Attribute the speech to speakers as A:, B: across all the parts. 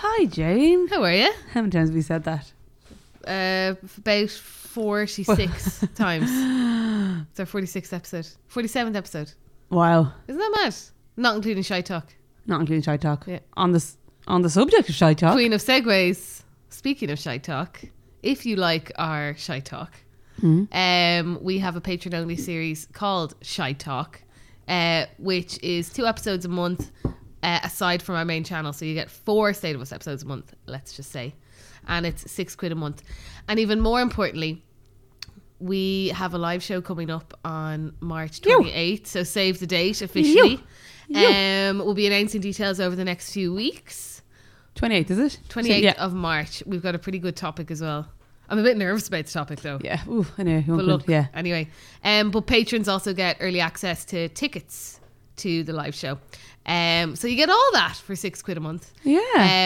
A: Hi, Jane.
B: How are you?
A: How many times have we said that?
B: Uh, f- about 46 times. It's our 46th episode. 47th episode.
A: Wow.
B: Isn't that mad? Not including Shy Talk.
A: Not including shy talk.
B: Yeah.
A: On this, on the subject of shy talk.
B: Queen of Segways. Speaking of Shy Talk, if you like our Shy Talk, um, we have a Patreon only series called Shy Talk, uh, which is two episodes a month uh, aside from our main channel. So you get four State of Us episodes a month, let's just say. And it's six quid a month. And even more importantly, we have a live show coming up on March
A: You.
B: 28th. So save the date officially.
A: You. You.
B: Um, we'll be announcing details over the next few weeks.
A: 28th, is it?
B: 28th
A: yeah.
B: of March. We've got a pretty good topic as well. I'm a bit nervous about the topic though.
A: Yeah. Ooh, I know. You
B: But
A: won't
B: look,
A: go- yeah.
B: anyway. Um, but patrons also get early access to tickets to the live show. Um, so you get all that for six quid a month.
A: Yeah.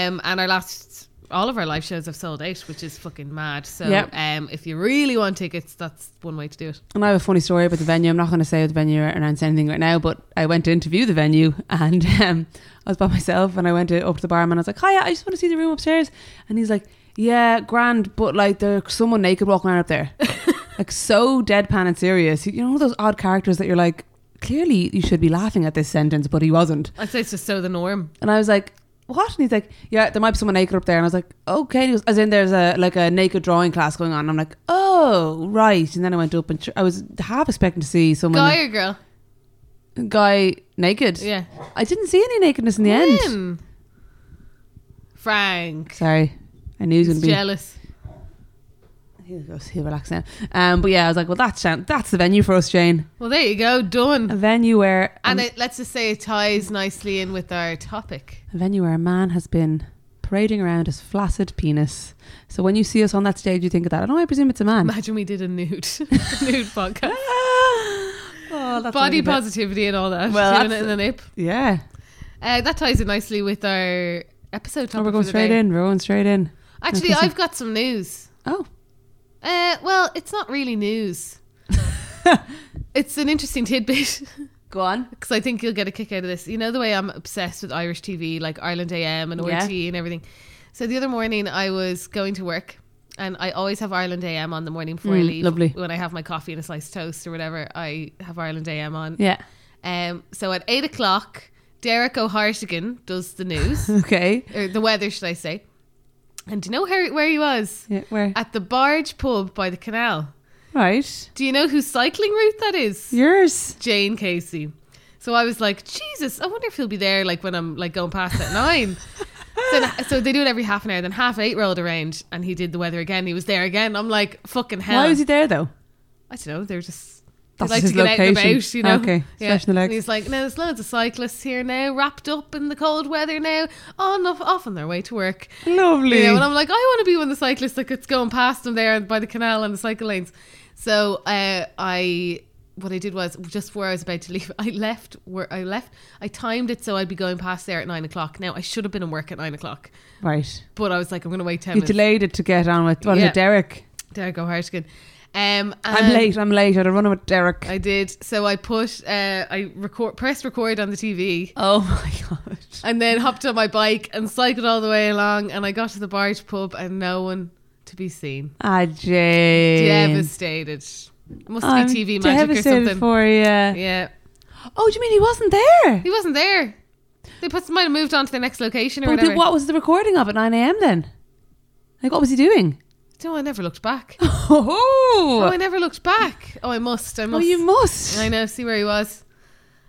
B: Um, and our last, all of our live shows have sold out, which is fucking mad. So
A: Yep.
B: um, if you really want tickets, that's one way to do it.
A: and I have a funny story about the venue. I'm not going to say the venue or announce anything right now, but I went to interview the venue and um, I was by myself and I went to, up to the barman. I was like, hiya, I just want to see the room upstairs. And he's like, yeah, grand, but like there's someone naked walking around up there. like so deadpan and serious. You know those odd characters that you're like, clearly you should be laughing at this sentence, but he wasn't.
B: I'd say it's just so the norm.
A: And I was like, what? And he's like, yeah, there might be someone naked up there. And I was like, okay. And he goes, as in there's a like a naked drawing class going on. And I'm like, oh, right. And then I went up and tr- I was half expecting to see someone
B: Guy or girl?
A: guy naked.
B: Yeah.
A: I didn't see any nakedness in the end.
B: When? Frank.
A: Sorry. I knew he was going
B: He's
A: to be.
B: jealous.
A: He goes, he'll relax now. Um, but yeah, I was like, well, that's Shan- that's the venue for us, Jane.
B: Well, there you go. Done.
A: A venue where
B: And
A: a,
B: it, let's just say it ties nicely in with our topic.
A: a venue where a man has been parading around his flaccid penis. So when you see us on that stage, you think of that. I know. I presume it's a man. Ah!
B: Imagine we did a nude, nude podcast,
A: Oh, that's
B: body
A: only a bit-
B: positivity and all that.
A: Well,
B: Doing
A: that's-
B: it in the nip.
A: Yeah.
B: Uh, that ties in nicely with our episode topic.
A: Oh, we're going
B: for the
A: straight
B: day.
A: in. We're going straight in.
B: Actually,
A: Okay, so-
B: I've got some news.
A: Oh,
B: Uh, well, it's not really news. it's an interesting tidbit.
A: go on.
B: because I think you'll get a kick out of this. You know the way I'm obsessed with Irish TV, like Ireland AM and
A: Yeah.
B: RT and everything. So the other morning I was going to work, and I always have Ireland AM on the morning before I
A: Mm,
B: leave.
A: lovely.
B: When I have my coffee and a slice of toast or whatever, I have Ireland AM on.
A: Yeah.
B: Um. So at eight o'clock, Derek O'Hartigan does the news
A: Okay.
B: or the weather, should I say? And do you know where where he was?
A: Yeah, where?
B: At the Barge Pub by the canal.
A: right.
B: Do you know whose cycling route that is?
A: Yours.
B: Jane Casey. So I was like, Jesus, I wonder if he'll be there like when I'm like going past at nine. so, so they do it every half an hour. Then half eight rolled around and he did the weather again. He was there again. I'm like, fucking hell.
A: Why was he there though?
B: I don't know. They're just. They
A: That's
B: like to
A: his
B: get out and
A: location.
B: about, you know.
A: Okay, stretching the legs.
B: And he's like, no, there's loads of cyclists here now, wrapped up in the cold weather now, on off, off on their way to work.
A: Lovely.
B: You know, and I'm like, I want to be one of the cyclists that gets going past them there by the canal and the cycle lanes. So uh, I, what I did was just where I was about to leave, I left where I left. I timed it so I'd be going past there at nine o'clock. Now I should have been in work at nine o'clock,
A: right.
B: but I was like, I'm going to wait ten
A: You
B: minutes.
A: delayed it to get on with what is
B: Yeah.
A: it, Derek?
B: There I go, Hartigan. Um,
A: I'm
B: and-
A: late. I'm late. I'd have run with Derek.
B: I did. So I put, uh, I record, pressed record on the TV.
A: oh my god.
B: And then hopped on my bike and cycled all the way along, and I got to the barge pub and no one to be seen.
A: Ah, Jane.
B: devastated. It must
A: I'm
B: be TV magic or
A: devastated
B: something.
A: for you.
B: yeah,
A: Oh, do you mean he wasn't there?
B: he wasn't there. They put might have moved on to the next location or
A: But
B: whatever.
A: did- what was the recording of at 9 a.m. then? Like, what was he doing?
B: No, I never looked back. Oh,
A: Oh,
B: I never looked back. Oh, I must. I
A: oh,
B: must.
A: you must.
B: I know. See where he was.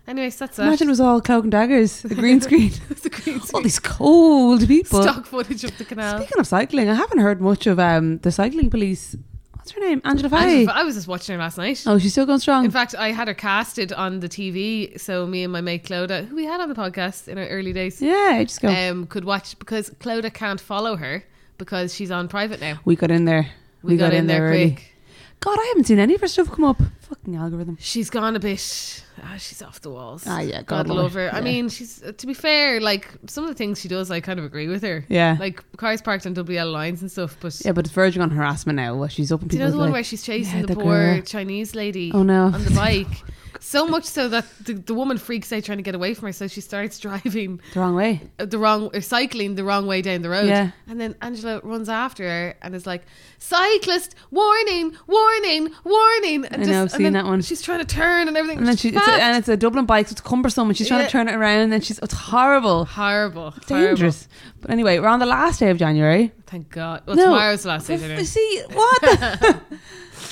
B: Anyways, that's that.
A: Imagine it Oh, was all cloak and daggers, the green screen.
B: It's a green
A: all
B: screen.
A: these cold people.
B: stock footage of the canal.
A: Speaking of cycling, I haven't heard much of um, the cycling police. What's her name? Angela Faye.
B: Angela- I was just watching her last night.
A: Oh, she's still going strong.
B: In fact, I had her casted on the TV, so me and my mate Cloda, who we had on the podcast in our early days,
A: yeah, just go.
B: um, could watch because Cloda can't follow her because she's on private now.
A: we got in there.
B: We, got, in there,
A: early.
B: quick.
A: God, I haven't seen any of her stuff come up. Fucking algorithm.
B: She's gone a bit. Ah, she's off the walls.
A: Ah, yeah,
B: God,
A: God
B: love,
A: love
B: her.
A: her,
B: I
A: yeah.
B: mean, she's to be fair, like some of the things she does, I kind of agree with her.
A: Yeah.
B: like cars parked on WL lines and stuff. But
A: yeah, but it's verging on harassment now. Well, she's up in
B: do you know
A: people's
B: the one
A: like,
B: where she's chasing
A: yeah,
B: the
A: the
B: poor
A: girl.
B: Chinese lady
A: Oh, no.
B: on the bike? So much so that the, the woman freaks out trying to get away from her, so she starts driving
A: the wrong way.
B: the wrong or cycling the wrong way down the road.
A: Yeah.
B: And then Angela runs after her and is like, "Cyclist, warning, warning, warning!" And
A: I know, I've
B: and
A: seen
B: then
A: that one.
B: She's trying to turn and everything.
A: And then she it's a,
B: fast.
A: and it's a Dublin bike, so it's cumbersome, and she's trying
B: Yeah.
A: to turn it around, and then she's it's horrible,
B: horrible, horrible.
A: dangerous. But anyway, we're on the last day of January.
B: Thank God. Well,
A: No.
B: tomorrow's the last day dinner.
A: You See what? the-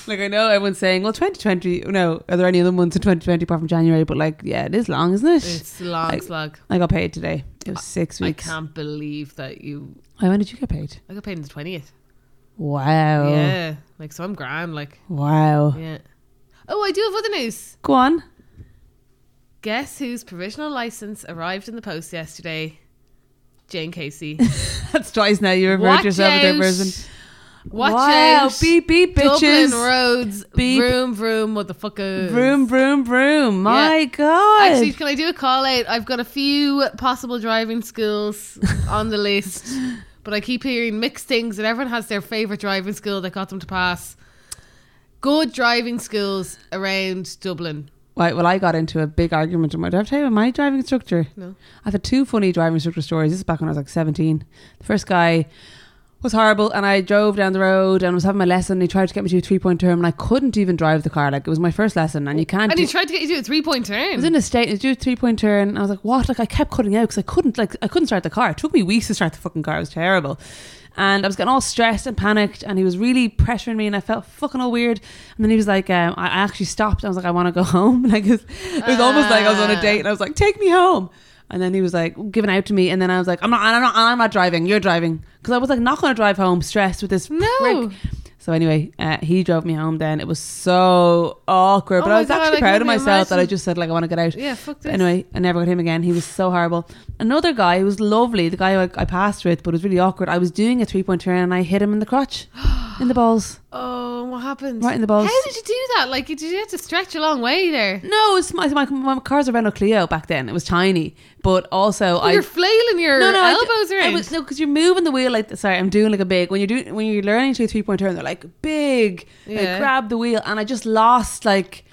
A: like I know everyone's saying, well, 2020. No, are there any other months in 2020 apart from January? But like, yeah, it is long, isn't it?
B: It's a long
A: I-
B: slog.
A: I got paid today. It was six
B: I
A: weeks.
B: can't believe that you.
A: Oh, when did you get paid?
B: I got paid on the twentieth.
A: Wow.
B: Yeah, like so I'm grand. Like
A: Wow.
B: yeah. Oh, I do have other news.
A: Go on.
B: Guess whose provisional license arrived in the post yesterday? Jane Casey.
A: That's twice now. You referred
B: Watch
A: to yourself as their
B: out.
A: person.
B: Watch
A: wow.
B: out.
A: Beep beep
B: Dublin
A: bitches.
B: roads.
A: Beep.
B: Vroom, vroom, motherfuckers.
A: Vroom vroom vroom. My
B: Yeah.
A: God.
B: Actually, can I do a call out? I've got a few possible driving schools on the list, but I keep hearing mixed things, and everyone has their favorite driving school that got them to pass. Good driving schools around Dublin.
A: Right, well, I got into a big argument with my. Did I tell you about my driving instructor?
B: No.
A: I've had two funny driving instructor stories. This is back when I was like 17. The first guy was horrible, and I drove down the road and was having my lesson. And he tried to get me to a three point term, and I couldn't even drive the car. Like, it was my first lesson, and you can't.
B: And
A: do-
B: he tried to get you to a eh? three point turn.
A: I was in a state, and do a three point turn. And I was like, what? Like, I kept cutting out because I couldn't, like, I couldn't start the car. It took me weeks to start the fucking car. It was terrible. And I was getting all stressed and panicked, and he was really pressuring me, and I felt fucking all weird. And then he was like, um, I I actually stopped. I was like, I want to go home. Like, it was, it was almost like I was on a
B: Ah.
A: date, and I was like, take me home. And then he was like giving out to me, and then I was like, I'm not, I'm not, I'm not driving. You're driving because I was like not going to drive home stressed with this.
B: No.
A: prick. So anyway, uh, he drove me home. Then it was so awkward,
B: Oh
A: but
B: my
A: I was
B: God,
A: actually
B: I
A: proud
B: couldn't
A: of myself that I
B: imagine.
A: just said like I want to get out.
B: yeah, fuck this.
A: But anyway, I never got him again. He was so horrible. Another guy who was lovely, the guy who I, I passed with, but it was really awkward. I was doing a three point turn and I hit him in the crotch, in the balls.
B: Oh, what happened?
A: Right in the balls.
B: How did you do that? Like, did you have to stretch a long way there?
A: No, it's my, my, my car's a Renault Clio back then. It was tiny, but also I.
B: You're flailing your
A: I ju-
B: elbows
A: I
B: around.
A: was, no, because you're moving the wheel like th- sorry, I'm doing like a big when you're doing when you're learning to do a three point turn. They're like big,
B: Yeah.
A: like, grab the wheel, and I just lost like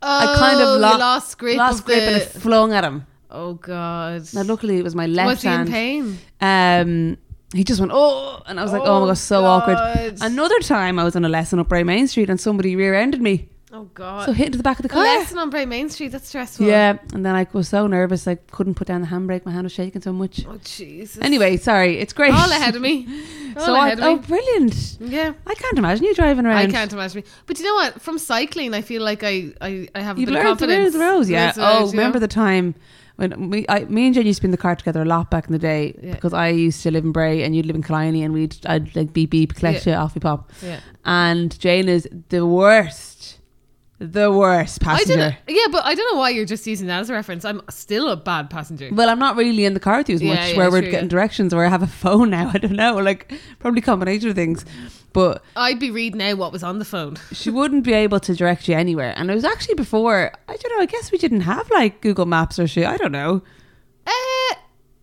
B: oh,
A: I kind of
B: you
A: lo-
B: lost grip.
A: lost
B: of
A: grip
B: the,
A: and I flung at him.
B: oh god.
A: Now luckily it was my left
B: Was he in
A: hand.
B: pain?
A: um he just went oh and i was like oh my god so awkward
B: God.
A: another time i was on a lesson up Bray main street and somebody rear-ended me
B: Oh god.
A: so hit into the back of the
B: A
A: car
B: lesson on Bray Main Street. That's stressful.
A: yeah and then i was so nervous i couldn't put down the handbrake my hand was shaking so much
B: Oh Jesus.
A: anyway sorry it's great
B: all ahead of me. All
A: so I,
B: ahead
A: oh
B: of me.
A: brilliant
B: Yeah.
A: i can't imagine you driving around
B: I can't imagine me. But you know what? From cycling, I feel like I I, I have a
A: You've
B: bit of
A: learned the
B: confidence.
A: ways of the roads, yeah.
B: Learned the
A: Oh,
B: roads, you know?
A: remember the time when we, I, me and Jen used to be in the car together a lot back in the day
B: Yeah.
A: because I used to live in Bray and you'd live in Killiney and we'd I'd like beep beep collect you off we pop.
B: Yeah.
A: And Jane is the worst, the worst
B: I
A: passenger.
B: didn't. Yeah, but I don't know why you're just using that as a reference. I'm still a bad passenger.
A: Well, I'm not really in the car with you as
B: Yeah,
A: much
B: yeah,
A: where we're
B: true,
A: getting
B: yeah.
A: directions or I have a phone now. I don't know, like probably combination of things, but
B: I'd be reading out what was on the phone.
A: she wouldn't be able to direct you anywhere. And it was actually before I don't know. I guess we didn't have like Google Maps or shit. I don't know.
B: Uh,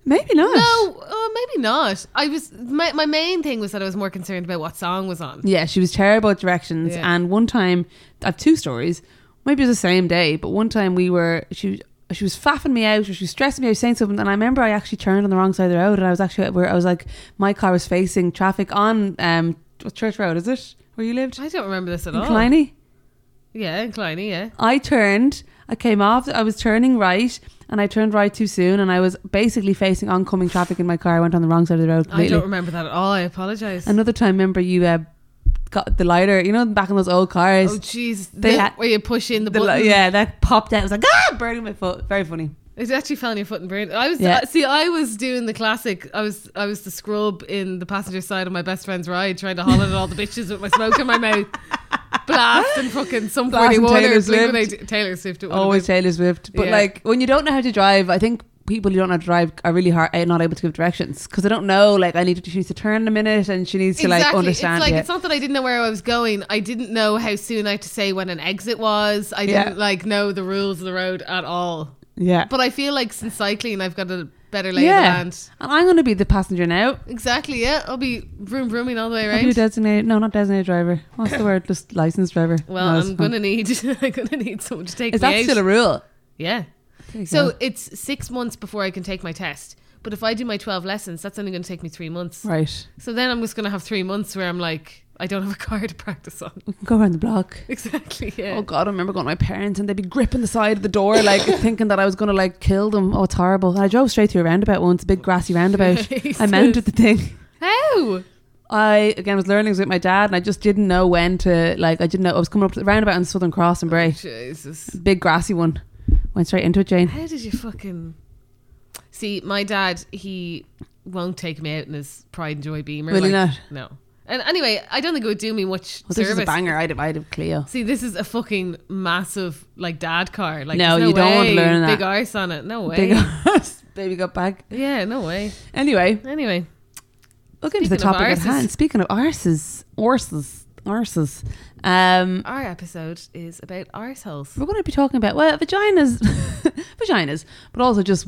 A: Maybe not.
B: no, uh, maybe not. I was my, my main thing was that I was more concerned about what song was on.
A: Yeah, she was terrible at directions.
B: Yeah.
A: And one time, I have two stories. Maybe it was the same day, but one time we were she she was faffing me out, or she was stressing me out, saying something. And I remember I actually turned on the wrong side of the road, and I was actually where I was like, my car was facing traffic on um Church Road. Is it where you lived?
B: I don't remember this at
A: In
B: all.
A: Kleiny.
B: Yeah, in Kleiny, yeah.
A: I turned, I came off, I was turning right, and I turned right too soon, and I was basically facing oncoming traffic in my car. I went on the wrong side of the road
B: I
A: completely.
B: don't remember that at all. I apologise.
A: Another time, remember you uh, got the lighter, you know, back in those old cars.
B: Oh jeez,
A: They
B: The-
A: had-
B: where you push in the,
A: The li-
B: button.
A: yeah, that popped out. I was like, ah, burning my foot. Very funny.
B: It actually fell on your foot and burned. I was
A: Yeah.
B: uh, see, I was doing the classic. I was I was the scrub in the passenger side of my best friend's ride, trying to holler at all the bitches with my smoke in my mouth, blast and fucking some
A: Blast
B: forty
A: and
B: one
A: Taylor
B: or Blink
A: Swift. Oh,
B: One Eight- Taylor Swift. It
A: Always
B: Always.
A: Taylor Swift. But
B: Yeah.
A: like when you don't know how to drive, I think people who don't know how to drive are really hard are not able to give directions because they don't know. Like I need to, she needs to turn in a minute, and she needs to
B: Exactly.
A: like understand
B: it's like
A: it.
B: it's not that I didn't know where I was going. I didn't know how soon I had to say when an exit was. I
A: Yeah.
B: didn't like know the rules of the road at all.
A: yeah,
B: But I feel like since cycling, I've got a better lay of the
A: Yeah.
B: land.
A: And I'm going to be the passenger now.
B: Exactly. Yeah, I'll be vroom vrooming all the way
A: I'll be a
B: around.
A: designated, no, not designated driver. What's the word? Just licensed driver.
B: Well,
A: No, it's
B: I'm
A: fine.
B: gonna need I'm gonna need someone to take
A: Is
B: me
A: that
B: out.
A: still a rule?
B: yeah.
A: There you
B: So
A: go.
B: it's six months before I can take my test. But if I do my twelve lessons, that's only gonna take me three months.
A: right,
B: So then I'm just gonna have three months where I'm like, I don't have a car to practice on.
A: we can go around the block.
B: Exactly. Yeah.
A: Oh God, I remember going to my parents and they'd be gripping the side of the door, like thinking that I was going to like kill them. Oh, it's horrible. And I drove straight through a roundabout once, a big grassy roundabout. I
B: Jesus.
A: mounted the thing.
B: How?
A: I again was learning with my dad, and I just didn't know when to like. I didn't know I was coming up to the roundabout in Southern Cross and Bray,
B: Jesus.
A: big grassy one. Went straight into it, Jane.
B: How did you fucking See, my dad, he won't take me out in his pride and joy beamer.
A: Will he
B: like- No. And anyway, I don't think it would do me much
A: Well, this
B: service.
A: is a banger. I'd have, I'd have Cleo.
B: See, this is a fucking massive like dad car. Like,
A: No,
B: there's
A: you don't want to
B: way.
A: learn that.
B: Big arse on it. No way.
A: Big ass. baby got back.
B: yeah, no way.
A: Anyway,
B: Anyway,
A: look into the
B: Speaking of
A: topic at
B: arses.
A: hand. Speaking of arses, arses, arses. Um,
B: our episode is about arseholes.
A: We're going to be talking about well, vaginas, vaginas, but also just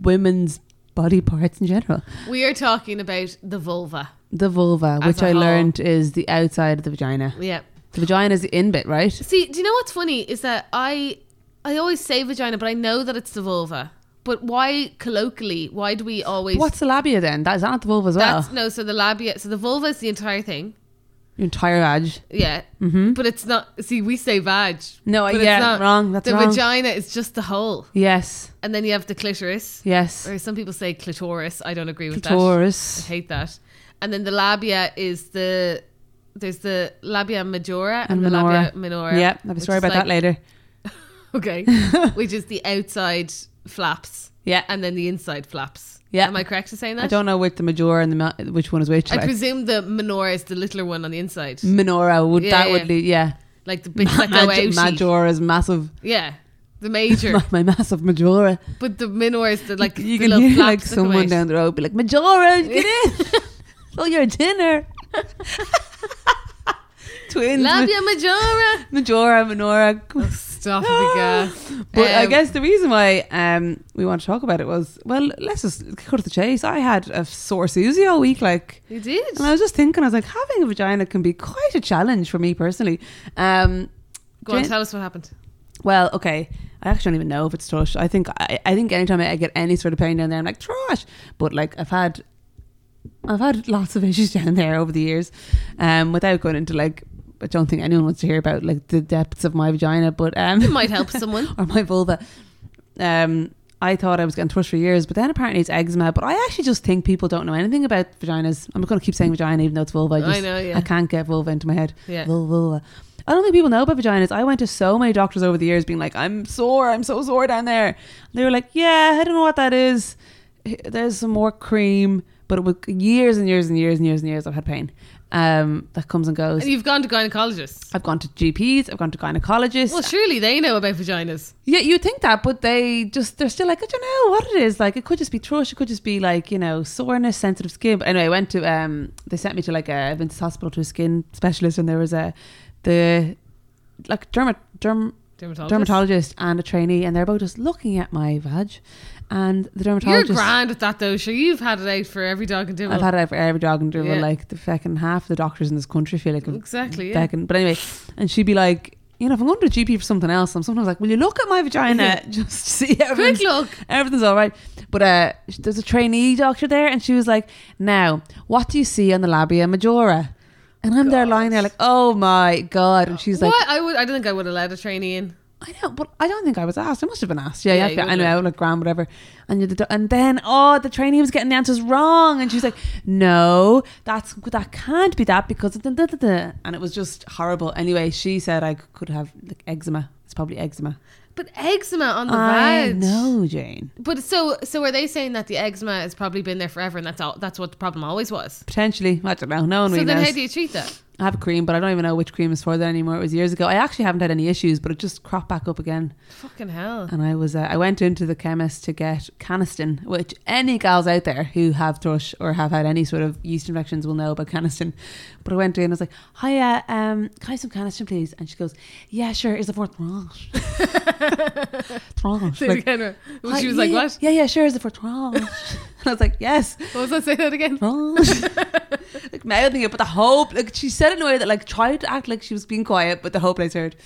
A: women's body parts in general.
B: We are talking about the vulva.
A: The vulva,
B: As
A: which
B: a
A: I
B: whole.
A: learned is the outside of the vagina.
B: Yeah.
A: The vagina is the in bit, right?
B: See, do you know what's funny is that I I always say vagina, but I know that it's the vulva. But why colloquially? Why do we always?
A: What's the labia then? That is that not the vulva as well.
B: That's no. So the labia. So the vulva is the entire thing.
A: Your entire vag.
B: Yeah. But it's not. See, we say vag.
A: Mm-hmm. No,
B: but
A: I
B: it's
A: yeah,
B: not.
A: wrong. That's
B: the
A: wrong.
B: vagina is just the hole,
A: Yes,
B: and then you have the clitoris,
A: yes.
B: or some people say clitoris. I don't agree with that. I
A: Clitoris.
B: hate that. And then the labia is the there's the labia majora and,
A: And
B: the
A: minora.
B: labia minora.
A: Yeah, I have a
B: which
A: story
B: is
A: about that
B: like-
A: later.
B: Okay, which is the outside flaps.
A: Yeah.
B: and then the inside flaps.
A: Yeah.
B: am I correct in saying that?
A: I don't know which the major and the ma- which one is which.
B: I
A: like.
B: presume the minora is the littler one on the inside,
A: Minora would
B: Yeah,
A: that
B: yeah.
A: would lead yeah.
B: like the big that go
A: Maj-
B: outy.
A: majora is massive.
B: Yeah, the major.
A: My, my massive majora.
B: But the minor is the like the
A: you can
B: little
A: hear
B: flaps
A: like
B: that come
A: someone
B: out.
A: down the road be like, Majora, get in. oh, your dinner. Twins.
B: Labia majora.
A: Majora, Minora.
B: Oh, stop the gas.
A: But I
B: Um,
A: guess the reason why um, we want to talk about it was, well, let's just cut to the chase. I had a sore Susie all week, like,
B: You did.
A: and I was just thinking, I was like, having a vagina can be quite a challenge for me personally. Um,
B: Go on,
A: Jane-
B: tell us what happened.
A: Well, okay. I actually don't even know if it's trash. I think I, I think anytime I get any sort of pain down there, I'm like trash. But like I've had, I've had lots of issues down there over the years, um, without going into like. I don't think anyone wants to hear about like the depths of my vagina, but
B: It
A: um,
B: might help someone.
A: or my vulva. Um, I thought I was getting thrush for years, but then apparently it's eczema. But I actually just think people don't know anything about vaginas. I'm going to keep saying vagina, even though it's vulva. I,
B: I,
A: just,
B: know.
A: I
B: Yeah.
A: can't get vulva into my head.
B: Yeah.
A: Vul- vulva. I don't think people know about vaginas. I went to so many doctors over the years being like, I'm sore, I'm so sore down there. And they were like, Yeah, I don't know what that is. H- There's some more cream, but it was years and years and years and years and years I've had pain. Um, that comes and goes.
B: And you've gone to gynecologists.
A: I've gone to GPs, I've gone to gynecologists.
B: Well, surely they know about vaginas.
A: yeah, you think that, but they just they're still like, I don't know what it is. Like it could just be thrush, it could just be like, you know, soreness, sensitive skin. But anyway, I went to um they sent me to like a I went to the hospital to a skin specialist and there was a the like dermat derm
B: Dermatologists.
A: dermatologist and a trainee, and they're both just looking at my vag. And the
B: You're
A: dermatologist,
B: grand at that though. Sure, you've had it out for every dog and
A: I've
B: devil.
A: had it out for every dog and dribble,
B: Yeah.
A: like the fucking half the doctors in this country feel like a
B: Exactly. Yeah.
A: fucking. But anyway, and she'd be like, you know, if I'm going to a GP for something else, I'm sometimes like, will you look at my vagina just to see
B: Quick
A: everything?
B: look.
A: Everything's all right, but uh, sh- there's a trainee doctor there, and she was like, "Now, what do you see on the labia majora?" And I'm there lying there like, "Oh my god!" And she's like,
B: what I would, I don't think I would have let a trainee in.
A: I know, but I don't think I was asked. I must have been asked. Yeah,
B: Yeah,
A: yeah.
B: you
A: yeah I
B: would
A: know, like grand, whatever. And you're the, do- and then oh, the trainee was getting the answers wrong, and she's like, "No, that's that can't be that because of the da, da, da." and it was just horrible. Anyway, she said I c- could have like eczema. It's probably eczema.
B: But eczema on the
A: I
B: vag.
A: know, Jane.
B: But so, so are they saying that the eczema has probably been there forever, and that's all? That's what the problem always was.
A: Potentially, I don't know. No one
B: so
A: really
B: then,
A: knows.
B: how do you treat that?
A: I have a cream, but I don't even know which cream is for that anymore. It was years ago. I actually haven't had any issues, but it just cropped back up again.
B: Fucking hell.
A: And I was uh, I went into the chemist to get caniston, which any gals out there who have thrush or have had any sort of yeast infections will know about caniston. But I went in, I was like, "Hiya, um, can I have some caniston, please?" And she goes, "Yeah, sure. Is it for thrush?" thrush.
B: Say it
A: Like,
B: again, or-
A: "Hi,
B: she was
A: yeah,
B: like,
A: yeah,
B: what?
A: Yeah, yeah, sure. Is it for thrush? and I was like, "Yes."
B: What was that? Say that again.
A: Thrush. Oh. like mouthing it, but the whole like she said it in a way that like tried to act like she was being quiet, but the whole place heard.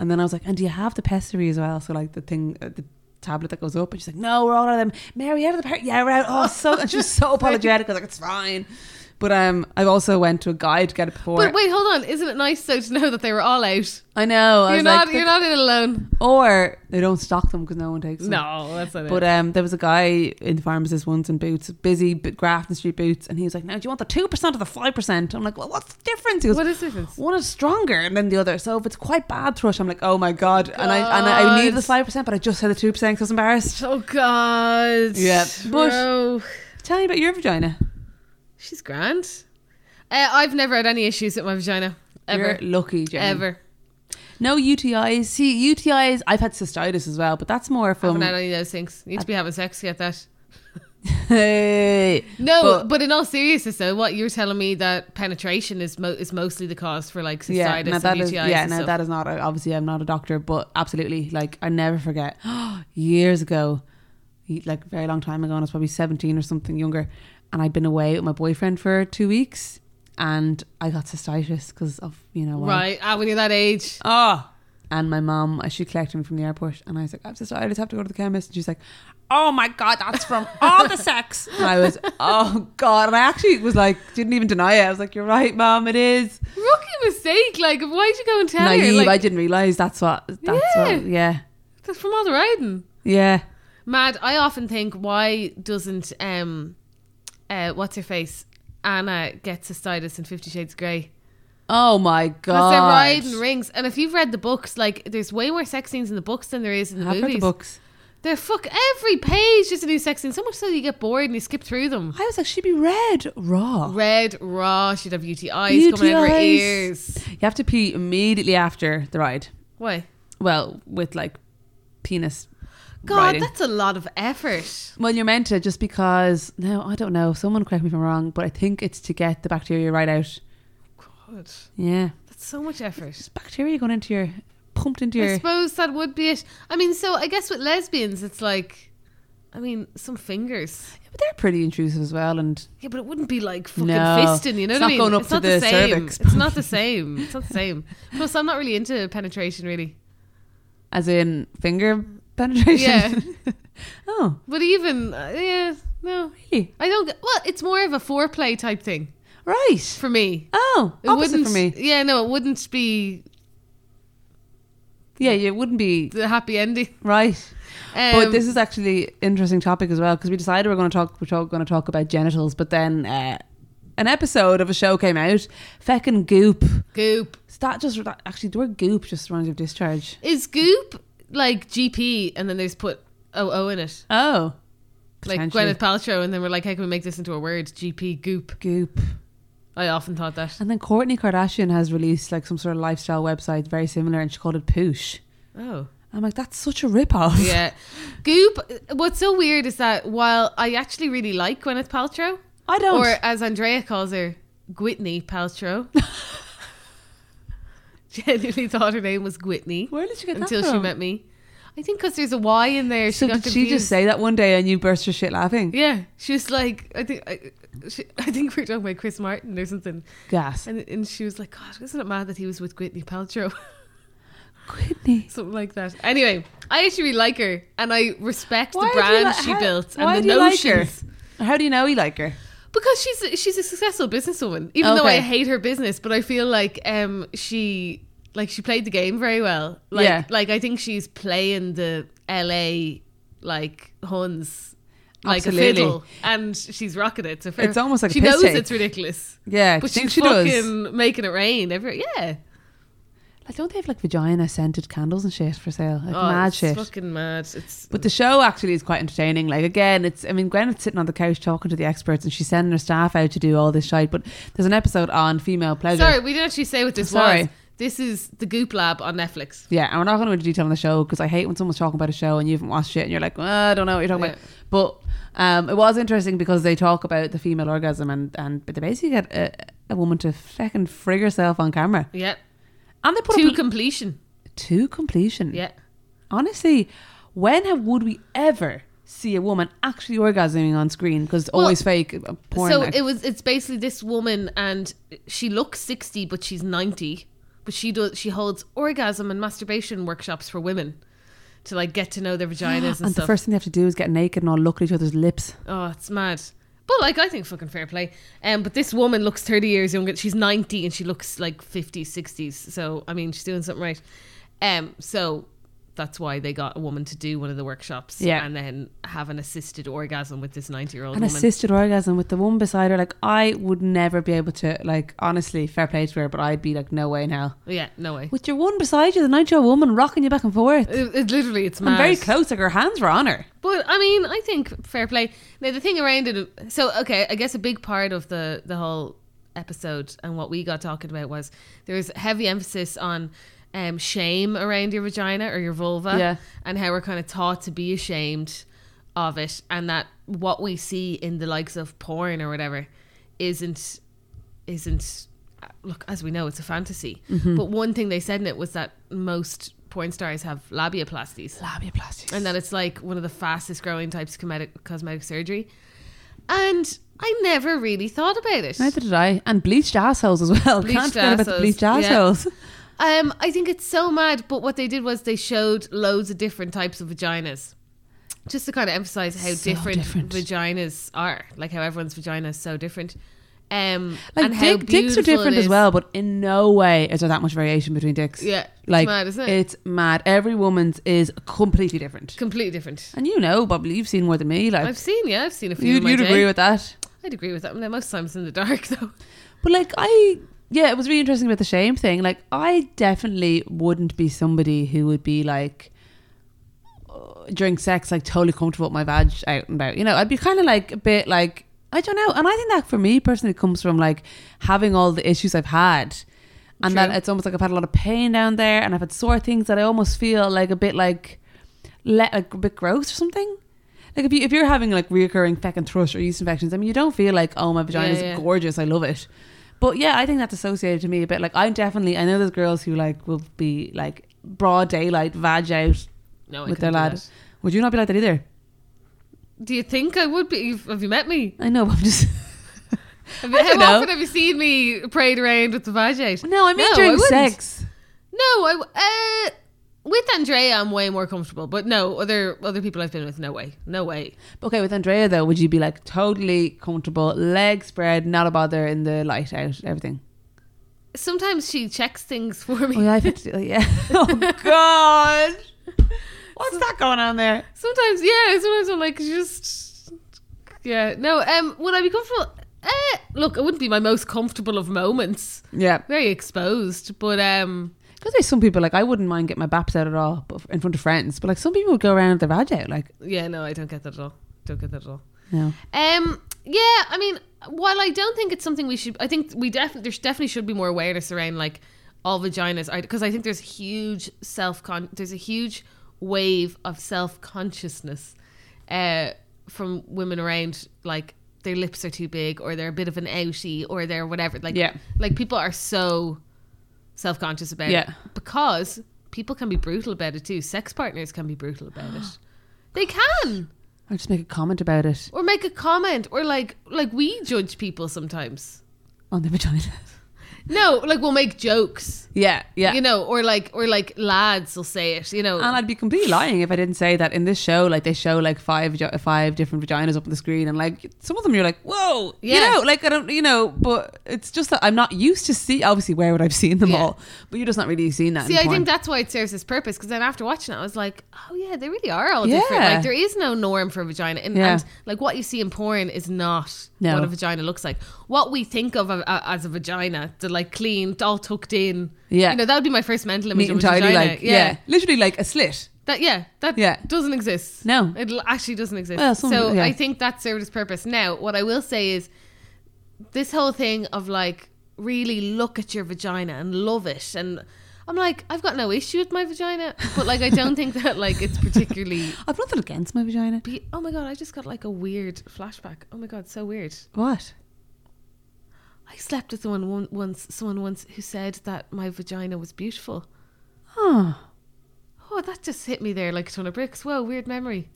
A: And then I was like, "And do you have the pessary as well?" So like the thing, uh, the tablet that goes up, and she's like, "No, we're all out of them." Mary out of the party, yeah, we're out. Oh, so and she was so apologetic. I was like, "It's fine." But um, I also went to a guy to get it before.
B: But wait, hold on. Isn't it nice though to know that they were all out?
A: I know. I
B: You're
A: was
B: not.
A: like,
B: you're not in it alone.
A: or they don't stock them because no one takes them.
B: No, that's not
A: But um, there was a guy in the pharmacist once in boots, busy but Grafton Street boots, and he was like, "Now, do you want the two percent or the five percent?" I'm like, "Well, what's the difference?" He goes,
B: what is difference?
A: one is stronger and then the other. So if it's quite bad thrush, I'm like, oh my god. And I and I, I needed the
B: God.
A: five percent, but I just had the two percent because I was embarrassed.
B: Oh God.
A: Yeah, but-
B: Bro.
A: Tell me about your vagina.
B: she's grand. Uh, I've never had any issues with my vagina ever,
A: You're lucky, Jenny.
B: ever.
A: No UTIs. See, UTIs. I've had cystitis as well, but that's more
B: Haven't
A: from.
B: had any of those things. Need to be having sex to get that.
A: Hey.
B: No,
A: But-
B: but, in all seriousness, though, what you're telling me that penetration is mo- is mostly the cause for like cystitis
A: Yeah, no,
B: and
A: that is.
B: UTIs
A: Yeah,
B: and
A: no,
B: stuff.
A: that is not. Obviously, I'm not a doctor, but absolutely, like I never forget. Years ago, like a very long time ago, and I was probably 17 or something younger, and I'd been away with my boyfriend for two weeks, and I got cystitis because of you know why.
B: right? Ah, when you're that age,
A: Oh. And my mom, uh, she collected me from the airport, and I was like, "I'm just, I just have to go to the chemist." And she's like, "Oh my god, that's from all the sex." And I was, "Oh god!" And I actually was like, didn't even deny it. I was like, "You're right, mom, it is."
B: rookie mistake. Like, why'd you go and tell
A: Naive.
B: her?
A: I
B: Like,
A: didn't realize that's what. That's
B: Yeah.
A: what. Yeah,
B: that's from all the riding.
A: yeah.
B: Mad. I often think, why doesn't um, uh, what's her face? Anna get cystitis in Fifty Shades of Grey.
A: Oh my
B: Because they're
A: god.
B: riding rings. And if you've read the books, like there's way more sex scenes in the books than there is in the
A: I've
B: movies.
A: read the books.
B: They're fuck every page is a new sex scene. So much so you get bored and you skip through them.
A: I was like, she'd be red raw.
B: Red, raw, she'd have UTIs, coming out of her
A: UTIs.
B: ears.
A: You have to pee immediately after the ride.
B: Why?
A: Well, with like penis.
B: God,
A: riding.
B: that's a lot of effort.
A: Well, you're meant to just because. No, I don't know. Someone correct me if I'm wrong, but I think it's to get the bacteria right out.
B: God,
A: Yeah,
B: that's so much effort.
A: it's bacteria going into your pumped into
B: I
A: your.
B: suppose that would be it. I mean, so I guess with lesbians, it's like, I mean, some fingers.
A: But they're pretty intrusive as well, and
B: Yeah, but it wouldn't be like fucking
A: No.
B: fisting, you know
A: It's
B: what I
A: not
B: mean?
A: going up
B: it's
A: to
B: not
A: the
B: the same.
A: cervix.
B: It's not the same. It's not the same. Plus, I'm not really into penetration, really.
A: as in finger penetration.
B: Yeah.
A: oh,
B: But even, uh, yeah, no.
A: really?
B: I don't, get- well, it's more of a foreplay type thing
A: Right.
B: for me.
A: Oh,
B: It
A: opposite
B: wouldn't,
A: for me.
B: Yeah, no, it wouldn't be
A: Yeah, it wouldn't be
B: the happy ending.
A: right.
B: Um,
A: but this is actually interesting topic as well because we decided we're going to talk we're talk, going to talk about genitals, but then uh, an episode of a show came out, feckin' goop.
B: Goop.
A: So that just that, actually the word goop just reminds me of discharge.
B: Is Goop like GP and then there's put OO in it?
A: Oh,
B: Like
A: Potentially.
B: Gwyneth Paltrow, and then we're like, how can we make this into a word? GP, Goop.
A: goop.
B: I often thought that.
A: And then Courtney Kardashian has released like some sort of lifestyle website very similar, and she called it Poosh.
B: Oh.
A: I'm like, that's such a rip off.
B: yeah. Goop. What's so weird is that while I actually really like Gwyneth Paltrow,
A: I don't.
B: or as Andrea calls her, Gwitney Paltrow, genuinely thought her name was Gwitney
A: Where did you get that
B: until she
A: from?
B: met me. I think because there's a Y in there.
A: Oh. So
B: she got
A: did she just
B: confused.
A: say that one day and you burst her shit laughing?
B: Yeah, she was like, I think, I, she, I think we were talking about Chris Martin or something,
A: Gas.
B: and and she was like, God, isn't it mad that he was with Gwyneth Paltrow, Oh,
A: Courtney.
B: something like that. Anyway, I actually really like her, and I respect the
A: Why do you
B: brand
A: li-
B: she
A: how-
B: built and
A: why
B: the
A: do you like her?
B: notions.
A: How do you know you like her?
B: because she's a- she's a successful businesswoman, even though
A: Okay.
B: I hate her business, but I feel like um she like she played the game very well. Like
A: Yeah.
B: like I think she's playing the LA like Huns like a
A: Absolutely.
B: fiddle, and she's rocking it. So fair-
A: It's almost like a
B: she
A: piss
B: knows
A: take.
B: it's ridiculous,
A: Yeah,
B: but
A: do you think
B: she's
A: she does?
B: fucking making it rain. Every yeah,
A: Like, don't they have like vagina scented candles and shit for sale? Like mad
B: Oh, it's
A: shit.
B: fucking mad. It's
A: But the show actually is quite entertaining. Like again, it's I mean Gwyneth's sitting on the couch talking to the experts and she's sending her staff out to do all this shite. But there's an episode on female pleasure.
B: sorry, we didn't actually say what this
A: Sorry.
B: was. This is the Goop Lab on Netflix.
A: Yeah, and we're not going to go into detail on the show because I hate when someone's talking about a show and you haven't watched it and you're like, "Uh, I don't know what you're talking about. But um, it was interesting because they talk about the female orgasm and and but they basically get a, a woman to fucking frig herself on camera
B: Yeah,
A: and they put
B: to
A: up
B: completion.
A: to completion.
B: Yeah,
A: Honestly, when have, would we ever see a woman actually orgasming on screen? Because it's
B: Well,
A: always fake uh, porn.
B: so
A: like-
B: it was. It's basically this woman, and she looks sixty, but she's ninety. But she does. She holds orgasm and masturbation workshops for women to like get to know their vaginas and,
A: and the
B: stuff.
A: first thing they have to do is get naked and all look at each other's lips.
B: oh, it's mad. But like, I think fucking fair play. Um, but this woman looks thirty years younger. She's ninety, and she looks like 50s, 60s. So I mean, she's doing something right. Um, so. That's why they got a woman to do one of the workshops,
A: Yeah.
B: and then have an assisted orgasm with this ninety-year-old
A: An
B: woman.
A: assisted orgasm with the woman beside her. Like, I would never be able to, like, honestly, fair play to her, but I'd be like, no way in hell.
B: yeah, no way.
A: With your one beside you, the 90 year old woman rocking you back and forth.
B: It, it literally, it's mad.
A: And very close, like, her hands were on her.
B: But I mean, I think fair play. Now the thing around it, so okay, I guess a big part of the the whole episode and what we got talking about was there was heavy emphasis on um, shame around your vagina or your vulva,
A: Yeah.
B: and how we're kind of taught to be ashamed of it, and that what we see in the likes of porn or whatever isn't isn't look as we know it's a fantasy. But one thing they said in it was that most porn stars have labiaplasties
A: Labiaplasties.
B: and that it's like one of the fastest growing types of cosmetic, cosmetic surgery. And I never really thought about it.
A: Neither did I. And bleached assholes as well.
B: Bleached
A: Can't forget about the
B: assholes,
A: bleached
B: yeah.
A: assholes.
B: Um, I think it's so mad. But what they did was they showed loads of different types of vaginas, just to kind of emphasize how
A: So
B: different,
A: different.
B: vaginas are, like how everyone's vagina is so different. Um,
A: Like,
B: and how
A: dick, dicks
B: beautiful
A: are
B: it
A: different as
B: is.
A: well, but in no way is there that much variation between dicks.
B: Yeah, it's
A: Like,
B: mad, isn't it?
A: It's mad. Every woman's is completely different.
B: Completely different.
A: And you know, Bob, you've seen more than me. Like,
B: I've seen, yeah, I've seen a few.
A: you'd,
B: You'd,
A: you'd agree with that.
B: I'd agree with that. I mean, most times in the dark, though.
A: But like, I yeah, it was really interesting about the shame thing. Like, I definitely wouldn't be somebody who would be like uh, during sex, like totally comfortable with my vag out and about. You know, I'd be kind of like a bit like I don't know. And I think that for me personally comes from like having all the issues I've had. And
B: True.
A: that it's almost like I've had a lot of pain down there, and I've had sore things that I almost feel like a bit like let like a bit gross or something. Like if you if you're having like reoccurring feck and thrush or yeast infections, I mean you don't feel like oh my vagina is
B: Yeah, yeah.
A: gorgeous, I love it. But yeah, I think that's associated to me a bit. Like I'm definitely I know there's girls who like will be like broad daylight vag out.
B: No, Oh, I
A: With
B: couldn't
A: their
B: do
A: lad.
B: that.
A: Would you not be like that either?
B: Do you think I would be? You've- Have you met me?
A: I know, but I'm just
B: Have you,
A: I
B: how
A: don't know.
B: often have you seen me parade around with the vag out?
A: no. I mean
B: No, I
A: during
B: wouldn't.
A: sex.
B: No, I w- uh, with Andrea, I'm way more comfortable. But no, other other people I've been with, no way, no way.
A: Okay, with Andrea though, would you be like totally comfortable, leg spread, not a bother in the light out, everything?
B: Sometimes she checks things for me.
A: Oh yeah, I think yeah. oh god, what's that going on there?
B: Sometimes, yeah, sometimes I'm like just, yeah. No, um, would I be comfortable? Uh, look, it wouldn't be my most comfortable of moments.
A: Yeah.
B: Very exposed, but um,
A: Because there's some people like I wouldn't mind getting my baps out at all, but in front of friends. But like some people would go around with their badge out, like
B: yeah, no, I don't get that at all. Don't get that at all.
A: no.
B: Um. Yeah. I mean, while I don't think it's something we should, I think we definitely there's definitely should be more awareness around like all vaginas are because I think there's huge self con there's a huge wave of self consciousness uh, from women around like their lips are too big or they're a bit of an outie or they're whatever like
A: Yeah.
B: like people are so self conscious about it
A: Yeah.
B: because people can be brutal about it too. Sex partners can be brutal about it. They can
A: I just make a comment about it
B: or make a comment or like like we judge people sometimes
A: on their vagina.
B: no like we'll make jokes
A: yeah, yeah.
B: you know or like or like lads will say it you know
A: and I'd be completely lying if I didn't say that in this show, like they show like five vagi- five different vaginas up on the screen, and like some of them you're like, whoa,
B: Yeah.
A: you know, like I don't, you know, but it's just that I'm not used to see. Obviously, where would I've seen them
B: Yeah.
A: all? But you're just not really seeing that.
B: see
A: in
B: i
A: porn.
B: think that's why it serves its purpose because then after watching it i was like oh yeah they really are all
A: Yeah.
B: different like there is no norm for a vagina and,
A: Yeah.
B: and like what you see in porn is not
A: No.
B: what a vagina looks like what we think of a, a- as a vagina the like clean, all tucked in.
A: Yeah.
B: You know, that would be my first mental image
A: Neat
B: of
A: and
B: a
A: tidy,
B: vagina.
A: like yeah. literally like a slit.
B: That yeah, that
A: Yeah.
B: doesn't exist.
A: No.
B: It l- actually doesn't exist.
A: Well, some-
B: so
A: yeah.
B: I think that served its purpose. Now, what I will say is this whole thing of like really look at your vagina and love it and I'm like, I've got no issue with my vagina, but like I don't think that like it's particularly
A: I've nothing against my vagina.
B: be- oh my god, I just got like a weird flashback. Oh my god, so weird.
A: What?
B: I slept with someone one, once someone once who said that my vagina was beautiful.
A: Oh,
B: Oh, that just hit me there like a ton of bricks. Whoa, weird memory.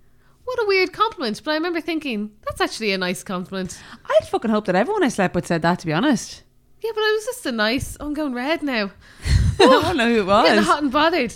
B: What a weird compliment. But I remember thinking, that's actually a nice compliment.
A: I'd fucking hope that everyone I slept with said that. To be honest,
B: Yeah, but it was just a nice, I'm going red now.
A: I don't know who Oh, it
B: I'm getting
A: was.
B: hot and bothered.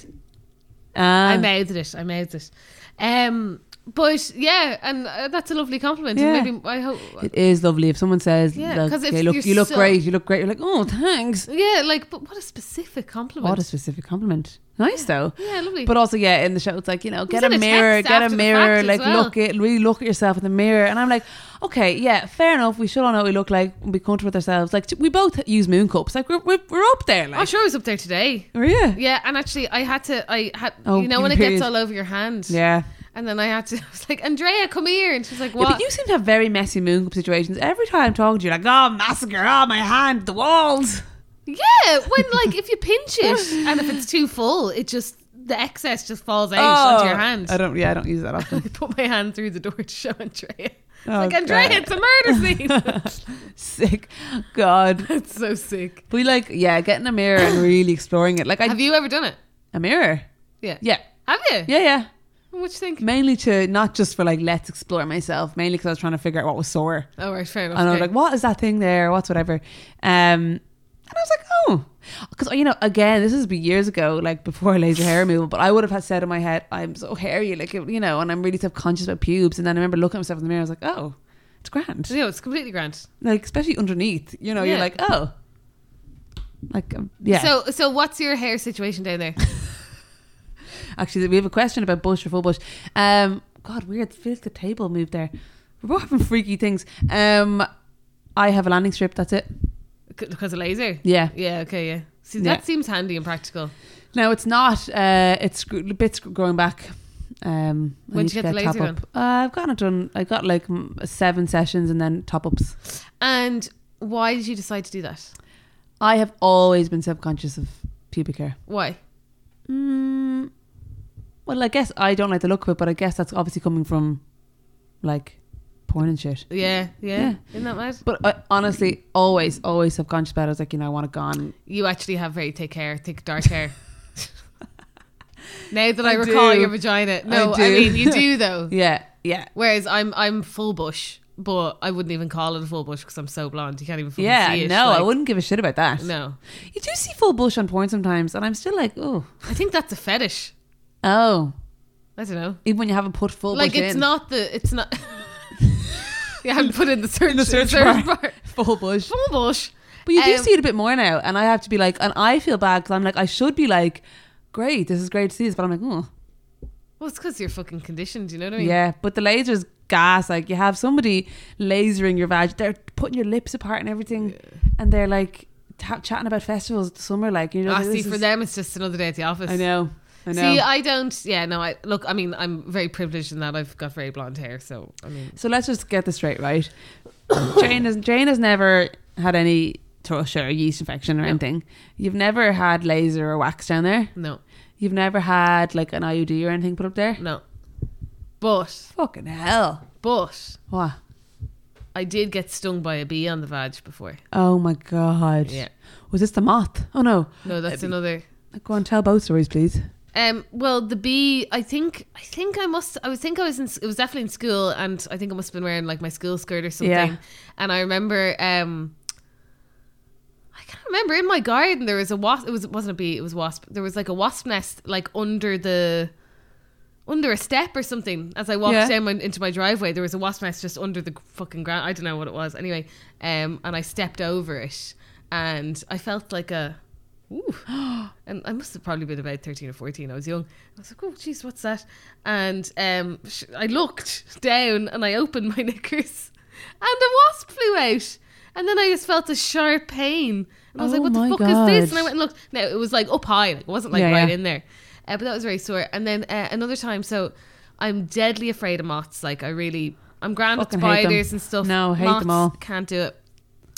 A: Ah.
B: I mouthed it. I mouthed it. Um, but yeah, and uh, that's a lovely compliment.
A: Yeah.
B: And maybe I hope. uh,
A: It is lovely if someone says,
B: Yeah,
A: like,
B: 'cause if
A: "Okay, look,
B: you're
A: you look
B: so-
A: great, you look great." You're like, "Oh, thanks."
B: Yeah, like, but what a specific compliment.
A: What a specific compliment. Nice though.
B: yeah, lovely.
A: But also, yeah, in the show, it's like you know, get
B: sent
A: a
B: a
A: mirror,
B: text
A: get a
B: after the
A: mirror,
B: fact as
A: like
B: well.
A: look it, really look at yourself in the mirror. And I'm like, okay, yeah, fair enough. We should all know what we look like, and be comfortable with ourselves. Like we both use moon cups. Like we're we're, we're up there.
B: I'm
A: Like,
B: sure I was up there today.
A: are you?
B: Yeah, and actually, I had to. I had.
A: Oh,
B: you know when it
A: period.
B: gets all over your hand.
A: Yeah.
B: And then I had to. I was like, Andrea, come here, and she's like,
A: Yeah,
B: what?
A: but you seem to have very messy moon cup situations. Every time I'm talking to you, like, oh, massacre, oh, my hand, the walls.
B: Yeah, when like if you pinch it and if it's too full, it just the excess Oh, just falls out onto your hand.
A: I
B: I
A: don't, yeah, I don't use that often.
B: put my hand through the door to show Andrea. It's
A: Oh,
B: like Andrea,
A: God.
B: it's a murder scene.
A: Sick. God.
B: That's so sick.
A: We like, yeah, getting a mirror and really exploring it. Like, I,
B: Have you ever done it?
A: a mirror.
B: Yeah.
A: Yeah.
B: Have you?
A: Yeah, yeah.
B: What you think?
A: Mainly to, not just for like, let's explore myself, mainly because I was trying to figure out what was sore.
B: Oh right, fair enough.
A: And I was
B: okay.
A: like, what is that thing there? What's whatever? Um, and I was like, oh. Because, you know, again, this is years ago, like before laser hair removal, but I would have had said in my head, I'm so hairy, like, you know, and I'm really self conscious about pubes. And then I remember looking at myself in the mirror, I was like, oh, it's grand.
B: you know, it's completely grand.
A: Like, especially underneath, you know, you're
B: Yeah.
A: like, oh. Like, um, yeah.
B: So so what's your hair situation down there?
A: Actually, we have a question about bush or full bush. Um, God, weird. Feels the table moved there. We're both having freaky things. Um, I have a landing strip. That's it.
B: Because of laser.
A: Yeah.
B: Yeah. Okay. Yeah. See,
A: Yeah.
B: that seems handy and practical.
A: No, it's not. Uh, it's screw- the bits growing back. Um, I
B: When'd
A: need
B: you
A: to
B: get the
A: top
B: laser
A: up. Uh, I've gotten it done. I got like mm, seven sessions and then top ups.
B: And why did you decide to do that?
A: I have always been self conscious of pubic hair.
B: Why?
A: Mm, well, I guess I don't like the look of it, but I guess that's obviously coming from like porn and shit.
B: Yeah. Yeah.
A: Yeah.
B: Isn't that mad?
A: But I, honestly, always, always subconscious about it. I was like, you know, I want it gone.
B: You actually have very thick hair, thick dark hair. now that I,
A: I
B: recall
A: do.
B: your vagina, no,
A: do.
B: I, mean you do though.
A: Yeah, yeah.
B: Whereas I'm I'm full bush, but I wouldn't even call it a full bush because I'm so blonde. You can't even fucking
A: Yeah,
B: see it.
A: no, I
B: like,
A: wouldn't give a shit about that.
B: No,
A: You do see full bush on porn sometimes, and I'm still like, oh,
B: I think that's a fetish.
A: oh.
B: I don't know.
A: Even when you haven't put full
B: like
A: bush
B: it's
A: in.
B: not the it's not. you haven't put in the search
A: the search bar. full bush.
B: Full bush.
A: But you do
B: Um,
A: see it a bit more now, and I have to be like, and I feel bad because I'm like, I should be like, great, this is great to see this, but I'm like, oh,
B: Well, it's because you're fucking conditioned. You know what I mean?
A: yeah. But the laser's gas. Like you have somebody lasering your vag, they're putting your lips apart and everything, and they're like ta chatting about festivals this summer. Like you know,
B: Ah,
A: this
B: see, for
A: is-
B: them, it's just another day at the office.
A: I know. I know.
B: See, I don't. Yeah, no. I look. I mean, I'm very privileged in that I've got very blonde hair. So I mean,
A: so let's just get this straight, right? Jane has Jane has never had any thrush or yeast infection or
B: No.
A: anything. You've never had laser or wax down there.
B: no,
A: You've never had like an IUD or anything put up there.
B: no. But
A: Fucking hell!
B: but
A: What?
B: I did get stung by a bee on the vag before.
A: Oh my god!
B: Yeah.
A: Was this the moth? Oh no!
B: No, that's
A: A bee.
B: another.
A: Go on, tell both stories, please.
B: Um. Well, the bee. I think. I think I must. I would think I was in. s- It was definitely in school, and I think I must have been wearing like my school skirt or something.
A: Yeah.
B: And I remember. Um. I can't remember. In my garden, there was a wasp. It was. It wasn't a bee. It was wasp. There was like a wasp nest, like under the. Under a step or something, as I walked
A: Yeah.
B: down my, into my driveway, there was a wasp nest just under the g- fucking ground. I don't know what it was. Anyway, um, and I stepped over it, and I felt like a Ooh. And I must have probably been about 13 or 14. I was young. I was like, oh, jeez, what's that? And um, sh- I looked down and I opened my knickers and a wasp flew out. And then I just felt a sharp pain. And I was
A: Oh
B: like, what
A: my
B: the fuck is this? And I
A: God.
B: went, and look, now it was like up high. Like, it wasn't like
A: Yeah,
B: right
A: yeah.
B: in there. Uh, but that was very sore. And then uh, another time, so I'm deadly afraid of moths. Like I really, I'm grand with
A: Fucking hate them.
B: spiders and stuff.
A: No, hate them
B: Moths,
A: all.
B: Can't do it.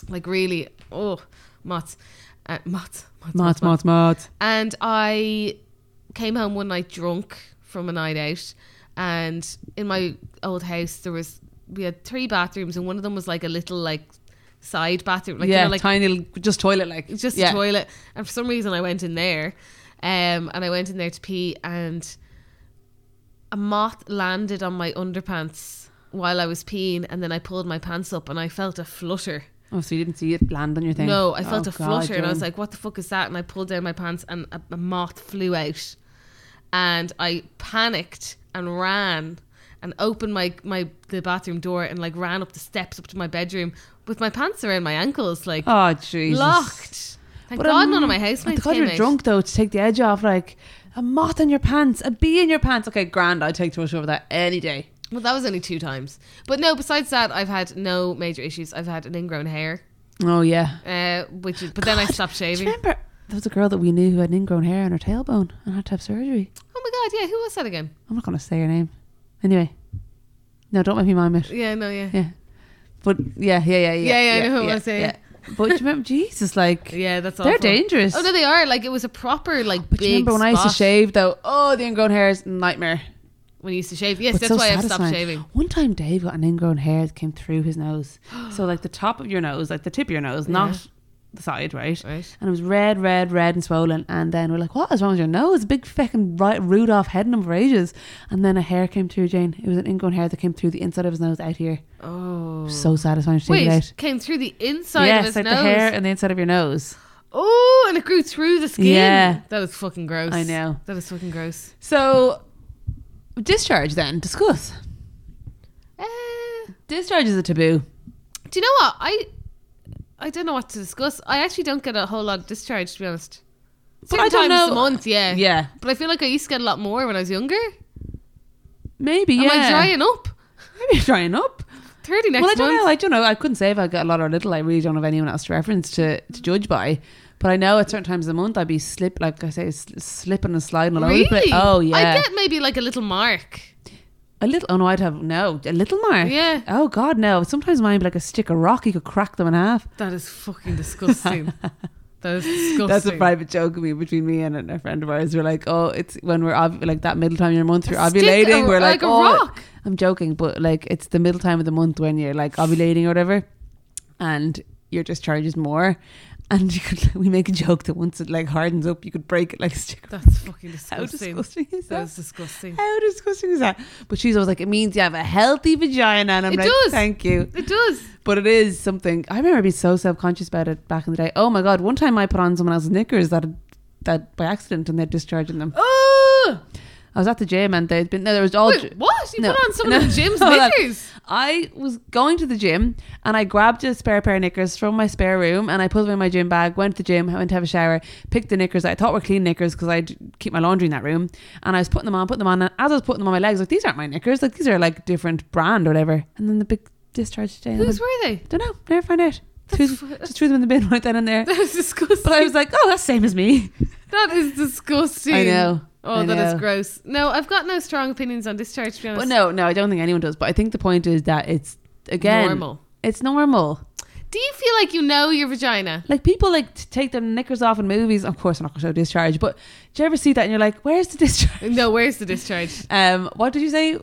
B: Like really, oh, moths. Uh, moths, moths,
A: Mods, mods, mods.
B: and I came home one night drunk from a night out, and in my old house there was we had three bathrooms, and one of them was like a little like side bathroom, like
A: yeah,
B: you know, like
A: tiny, little- just toilet like.
B: it's just
A: yeah.
B: a toilet. And for some reason, I went in there, um, and I went in there to pee, and a moth landed on my underpants while I was peeing, and then I pulled my pants up, and I felt a flutter.
A: Oh, so you didn't see it land on your thing?
B: No, I felt
A: Oh,
B: a
A: God,
B: flutter and I was
A: Joan.
B: like, what the fuck is that? And I pulled down my pants and a, a moth flew out. And I panicked and ran and opened my, my the bathroom door and like ran up the steps up to my bedroom with my pants around my ankles, like
A: oh, Jesus.
B: locked. Thank God
A: um,
B: none of my
A: Thank
B: housemates
A: God
B: came
A: you're
B: out.
A: drunk though to take the edge off. Like a moth in your pants, a bee in your pants. Okay, grand. I'd take Tosh over that any day.
B: Well, that was only two times. But no, besides that, I've had no major issues. I've had an ingrown hair,
A: Oh yeah.
B: uh, which is, but then I
A: God,
B: stopped
A: Do you
B: shaving.
A: remember there was a girl that we knew who had an ingrown hair on her tailbone and had to have surgery?
B: Oh my God, yeah, who was that again?
A: I'm not gonna say her name. Anyway, no, don't make me mime it.
B: Yeah, no, yeah.
A: Yeah, but yeah, yeah, yeah, yeah.
B: Yeah, yeah, I know who it was, yeah,
A: But do you remember Jesus? Like
B: Yeah, that's all.
A: they're dangerous.
B: Oh no, they are. Like it was a proper like
A: but do
B: big.
A: you remember when I used to
B: spot
A: shave though? Oh, the ingrown hair is a nightmare.
B: When you used to shave, yes,
A: But
B: that's
A: so
B: why I've stopped
A: satisfying.
B: shaving.
A: One time, Dave got an ingrown hair that came through his nose. so, like the top of your nose, like the tip of your nose, not the side, right?
B: Right.
A: And it was red, red, red, and swollen. And then we're like, "What is wrong with your nose? Big fucking right, Rudolph head number ages." And then a hair came through Jane. It was an ingrown hair that came through the inside of his nose out here.
B: Oh.
A: So satisfying to take
B: Wait,
A: it out.
B: it came through the inside
A: yes,
B: of his
A: like
B: nose.
A: the hair and the inside of your nose.
B: Oh, and it grew through the skin.
A: Yeah.
B: that is fucking gross.
A: I know.
B: that is fucking gross.
A: So, discharge then. Discuss.
B: Uh,
A: Discharge is a taboo.
B: do you know what I? I don't know what to discuss. I actually don't get a whole lot of discharge, to be honest.
A: But I
B: Certain
A: don't
B: times
A: know-
B: A month, yeah,
A: Yeah,
B: But I feel like I used to get a lot more when I was younger.
A: maybe. Yeah,
B: Am I drying up?
A: Maybe drying up.
B: Thirty next
A: well, I don't
B: month.
A: know. I don't know. I couldn't say if I got a lot or little. I really don't have anyone else to reference to, to judge by. But I know at certain times of the month I'd be slip, like I say, sl- slipping and sliding all over the place.
B: Really?
A: Oh yeah,
B: I get maybe like a little mark.
A: a little. Oh no, I'd have no a little mark.
B: Yeah.
A: Oh God, no. Sometimes mine would be like a stick of rock. You could crack them in half.
B: That is fucking disgusting. that is disgusting.
A: That's a private joke of me between me and a friend of ours. We're like, oh, it's when we're ov- like that middle time of your month, you're
B: A stick
A: ovulating.
B: or-
A: we're
B: like
A: like,
B: a
A: oh,
B: rock.
A: I'm joking, but like it's the middle time of the month when you're like ovulating or whatever, and your discharge is more. And you could, we make a joke that once it like hardens up, you could break it like a stick.
B: That's fucking
A: How
B: disgusting.
A: disgusting is
B: That
A: that?
B: is disgusting.
A: How disgusting is that? But she's always like, it means you have a healthy vagina, and I'm
B: It
A: like,
B: does.
A: thank you.
B: It does.
A: But it is something. I remember being so self conscious about it back in the day. Oh my god! One time I put on someone else's knickers that that by accident, and they're discharging them.
B: Oh,
A: I was at the gym, and they'd been no. There was all.
B: wait, what? You
A: No,
B: put on some
A: no,
B: of the gym's
A: hold on.
B: knickers.
A: I was going to the gym and I grabbed a spare pair of knickers from my spare room and I put them in my gym bag, went to the gym, went to have a shower, picked the knickers that I thought were clean knickers because I'd keep my laundry in that room. And I was putting them on, putting them on. And as I was putting them on my legs, like, these aren't my knickers. Like, these are like different brand or whatever. And then the big discharge today. and I
B: Whose
A: was
B: were they?
A: like, don't know. Never find out. Threw,
B: That's fu-
A: just threw them in the bin right then and there.
B: That is disgusting.
A: But I was like, oh, that's same as me.
B: that is disgusting.
A: I know.
B: Oh,
A: I
B: that is
A: know.
B: gross. No, I've got no strong opinions on discharge. To be honest,
A: But no, no, I don't think anyone does. But I think the point is that it's, again,
B: normal.
A: it's normal.
B: Do you feel like you know your vagina?
A: Like people like to take their knickers off in movies. Of course, I'm not going to show discharge, but do you ever see that and you're like, "Where's the discharge?"
B: No, where's the discharge?
A: Um, what did you say?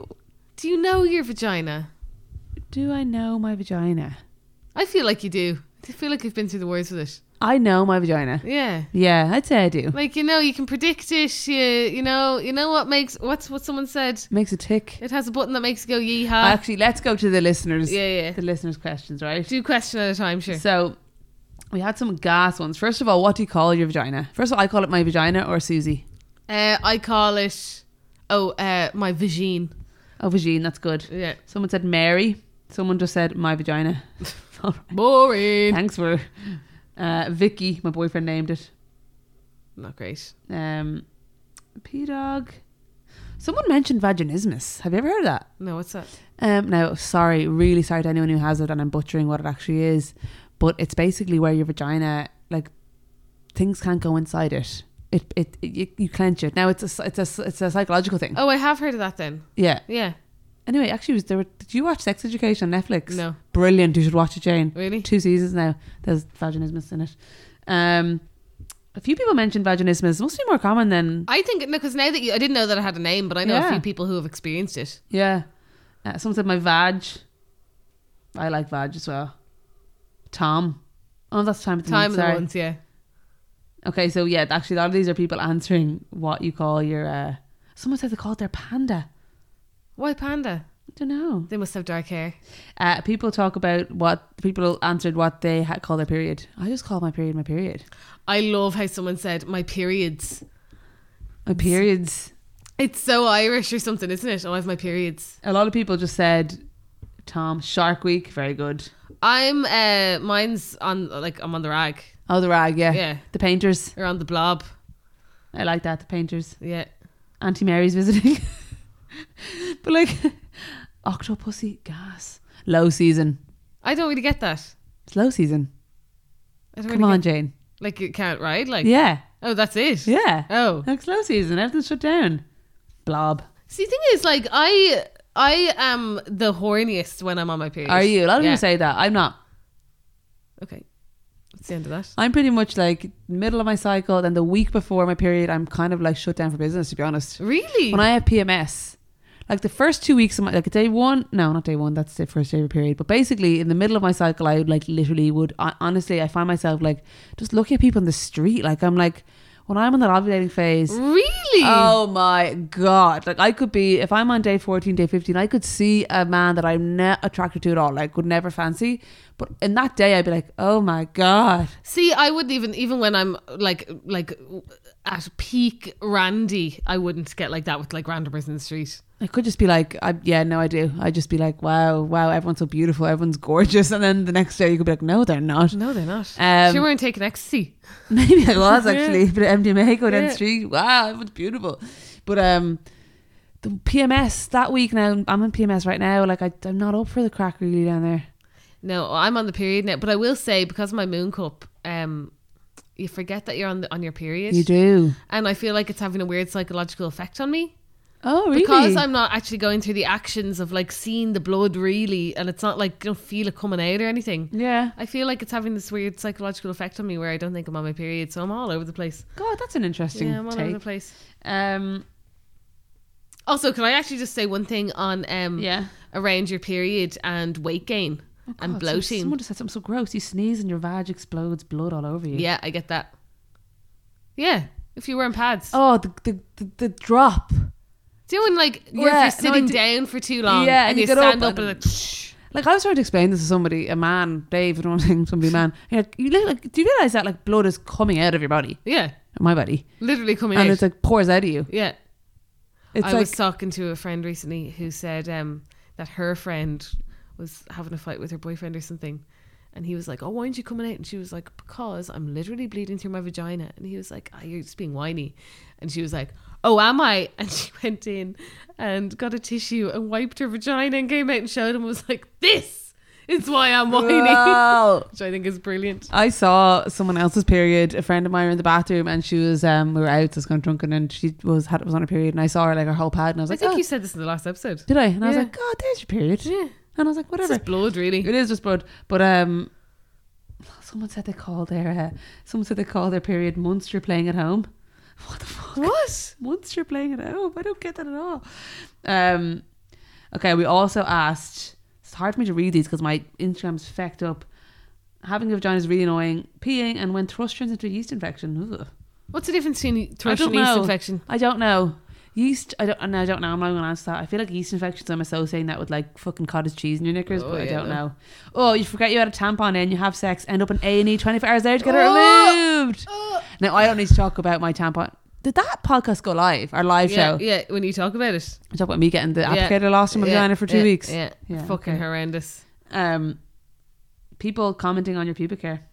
B: Do you know your vagina?
A: Do I know my vagina?
B: I feel like you do. I feel like I've been through the wars with it.
A: I know my vagina.
B: Yeah.
A: Yeah, I'd say I do.
B: Like you know, you can predict it. You you know you know what makes what's what someone said.
A: Makes a tick.
B: It has a button that makes you go yeehaw.
A: Actually, let's go to the listeners.
B: yeah, yeah.
A: The listeners' questions, right?
B: Do question at a time, sure.
A: So we had some gas ones. First of all, what do you call your vagina? First of all, I call it my vagina or Susie.
B: Uh, I call it oh uh, my vagine.
A: Oh, vagine. That's good.
B: Yeah,
A: Someone said Mary. Someone just said my vagina. All right.
B: boring.
A: Thanks for uh, Vicky. My boyfriend named it.
B: Not great.
A: Um, P dog. Someone mentioned vaginismus. Have you ever heard of that?
B: No, what's that?
A: Um, now, sorry, really sorry to anyone who has it, and I'm butchering what it actually is, but it's basically where your vagina like things can't go inside it. It it, it you, you clench it. Now it's a it's a it's a psychological thing.
B: Oh, I have heard of that then.
A: Yeah.
B: Yeah.
A: Anyway, actually, was there? Did you watch Sex Education on Netflix?
B: No.
A: Brilliant. You should watch it, Jane.
B: Really?
A: Two seasons now. There's vaginismus in it. Um, a few people mentioned vaginismus. It must be more common than
B: I think, no, because now that you, I didn't know that I had a name, but I know
A: Yeah.
B: a few people who have experienced it.
A: yeah. Uh, someone said my vag. I like vag as well. Tom. Oh, that's time of the
B: Time
A: month.
B: of the
A: sorry.
B: month, yeah.
A: Okay, so yeah, actually, a lot of these are people answering what you call your. Uh, someone said they call it their panda.
B: Why panda?
A: I don't know.
B: They must have dark hair.
A: Uh, people talk about what people answered what they ha- call their period. I just call my period my period.
B: I love how someone said my periods.
A: My periods.
B: It's so Irish or something, isn't it? Oh, I have my periods.
A: A lot of people just said, Tom, Shark Week, very good.
B: I'm uh mine's on like I'm on the rag.
A: Oh, the rag, yeah.
B: Yeah.
A: The painters.
B: Or on the blob.
A: I like that, the painters.
B: Yeah.
A: Auntie Mary's visiting. but like, Octopussy, gas. Low season.
B: I don't really get that.
A: It's low season.
B: I don't
A: Come
B: really
A: on,
B: get,
A: Jane.
B: like it can't ride like
A: Yeah.
B: oh that's it.
A: Yeah.
B: Oh.
A: Next low season, everything's shut down. Blob.
B: See the thing is like I I am the horniest when I'm on my period.
A: Are you? A lot of
B: Yeah.
A: people say that. I'm not.
B: Okay. That's the end of that.
A: I'm pretty much like middle of my cycle. Then the week before my period, I'm kind of like shut down for business, to be honest.
B: Really?
A: When I have PMS, like the first two weeks of my, like day one, no, not day one, that's the first day of your period. But basically, in the middle of my cycle, I would like literally would, hon- honestly, I find myself like just looking at people in the street. Like I'm like, when I'm on that ovulating phase,
B: really?
A: Oh my god! Like I could be if I'm on day fourteen, day fifteen, I could see a man that I'm not attracted to at all, like would never fancy. But in that day, I'd be like, oh my god,
B: See, I wouldn't even even when I'm like like at peak Randy, I wouldn't get like that with like randomers in the street.
A: I could just be like, I, yeah, no, I do. I'd just be like, wow, wow, everyone's so beautiful, everyone's gorgeous, and then the next day you could be like, no, they're not.
B: No, they're not.
A: Um,
B: sure, weren't taking ecstasy.
A: Maybe I was actually, but MDMA go down
B: Yeah.
A: the street. Wow, it was beautiful. But um, the PMS that week now, I'm on PMS right now. Like I, I'm not up for the crack really down there.
B: No, I'm on the period now, but I will say because of my moon cup, um, you forget that you're on the, on your period,
A: You do.
B: and I feel like it's having a weird psychological effect on me
A: Oh, really?
B: because I'm not actually going through the actions of like seeing the blood really, and it's not like you don't feel it coming out or anything.
A: yeah.
B: I feel like it's having this weird psychological effect on me where I don't think I'm on my period, so I'm all over the place.
A: God, that's an interesting
B: Yeah, I'm all over the
A: take.
B: place.
A: Um,
B: Also, can I actually just say one thing on um
A: yeah, Oh,
B: around your period and weight gain and
A: God, so-
B: bloating?
A: Someone just said something so gross. You sneeze and your vag explodes, blood all over you.
B: Yeah, I get that. Yeah, if you wearing pads.
A: Oh, the the, the, the drop.
B: Doing like, or
A: Yeah,
B: if
A: no,
B: you're
A: I
B: sitting
A: do-
B: down for too long and,
A: Yeah, and
B: you,
A: you get
B: stand
A: up
B: up and, like,
A: and-
B: "Shh."
A: Like I was trying to explain this to somebody, a man, Dave, I don't think somebody, man. You're like, you look like, do you realize that like blood is coming out of your body,
B: yeah,
A: my body,
B: literally coming
A: and
B: out.
A: it's like pours out of you.
B: yeah.
A: It's
B: I
A: like
B: was talking to a friend recently who said um, that her friend was having a fight with her boyfriend or something. And he was like, Oh, why aren't you coming out? And she was like, Because I'm literally bleeding through my vagina. And he was like, Ah, You're just being whiny. And she was like, Oh, am I? And she went in and got a tissue and wiped her vagina and came out and showed him and was like, This is why I'm whiny.
A: Wow.
B: Which I think is brilliant.
A: I saw someone else's period. A friend of mine were in the bathroom, and she was um we were out, just kind of drunken, and she was had was on her period, and I saw her like her whole pad, and I was
B: I
A: like,
B: think
A: oh,
B: you said this in the last episode.
A: did I? And I was
B: Yeah.
A: like, God, there's your period.
B: Yeah.
A: And I was like,
B: This
A: whatever.
B: is blood, really.
A: It is just blood. But um, someone said they call their uh, someone said they call their period monster playing at home. What the fuck?
B: What?
A: Monster playing at home? I don't get that at all. Um, okay. We also asked. It's hard for me to read these because my Instagram's fecked up. Having a vagina is really annoying. Peeing and when thrust turns into a yeast infection. Ugh.
B: What's the difference between thrush
A: don't
B: and yeast
A: know.
B: infection?
A: I don't know. Yeast, I don't, no, I don't know. I'm not going to answer that. I feel like yeast infections, I'm associating that with like fucking cottage cheese in your knickers,
B: Oh,
A: but I
B: yeah,
A: don't
B: no.
A: know. Oh, you forget you had a tampon in, you have sex, end up in A&E 24 hours later to get
B: Oh!
A: it removed. Now, I don't need to talk about my tampon. Did that podcast go live? Our live
B: yeah,
A: show?
B: yeah, when you talk about it.
A: We Talk about me getting the
B: Yeah.
A: applicator lost in my
B: Yeah,
A: vagina for two
B: yeah,
A: weeks.
B: Yeah,
A: Yeah,
B: fucking
A: okay.
B: horrendous.
A: Um, people commenting on your pubic hair.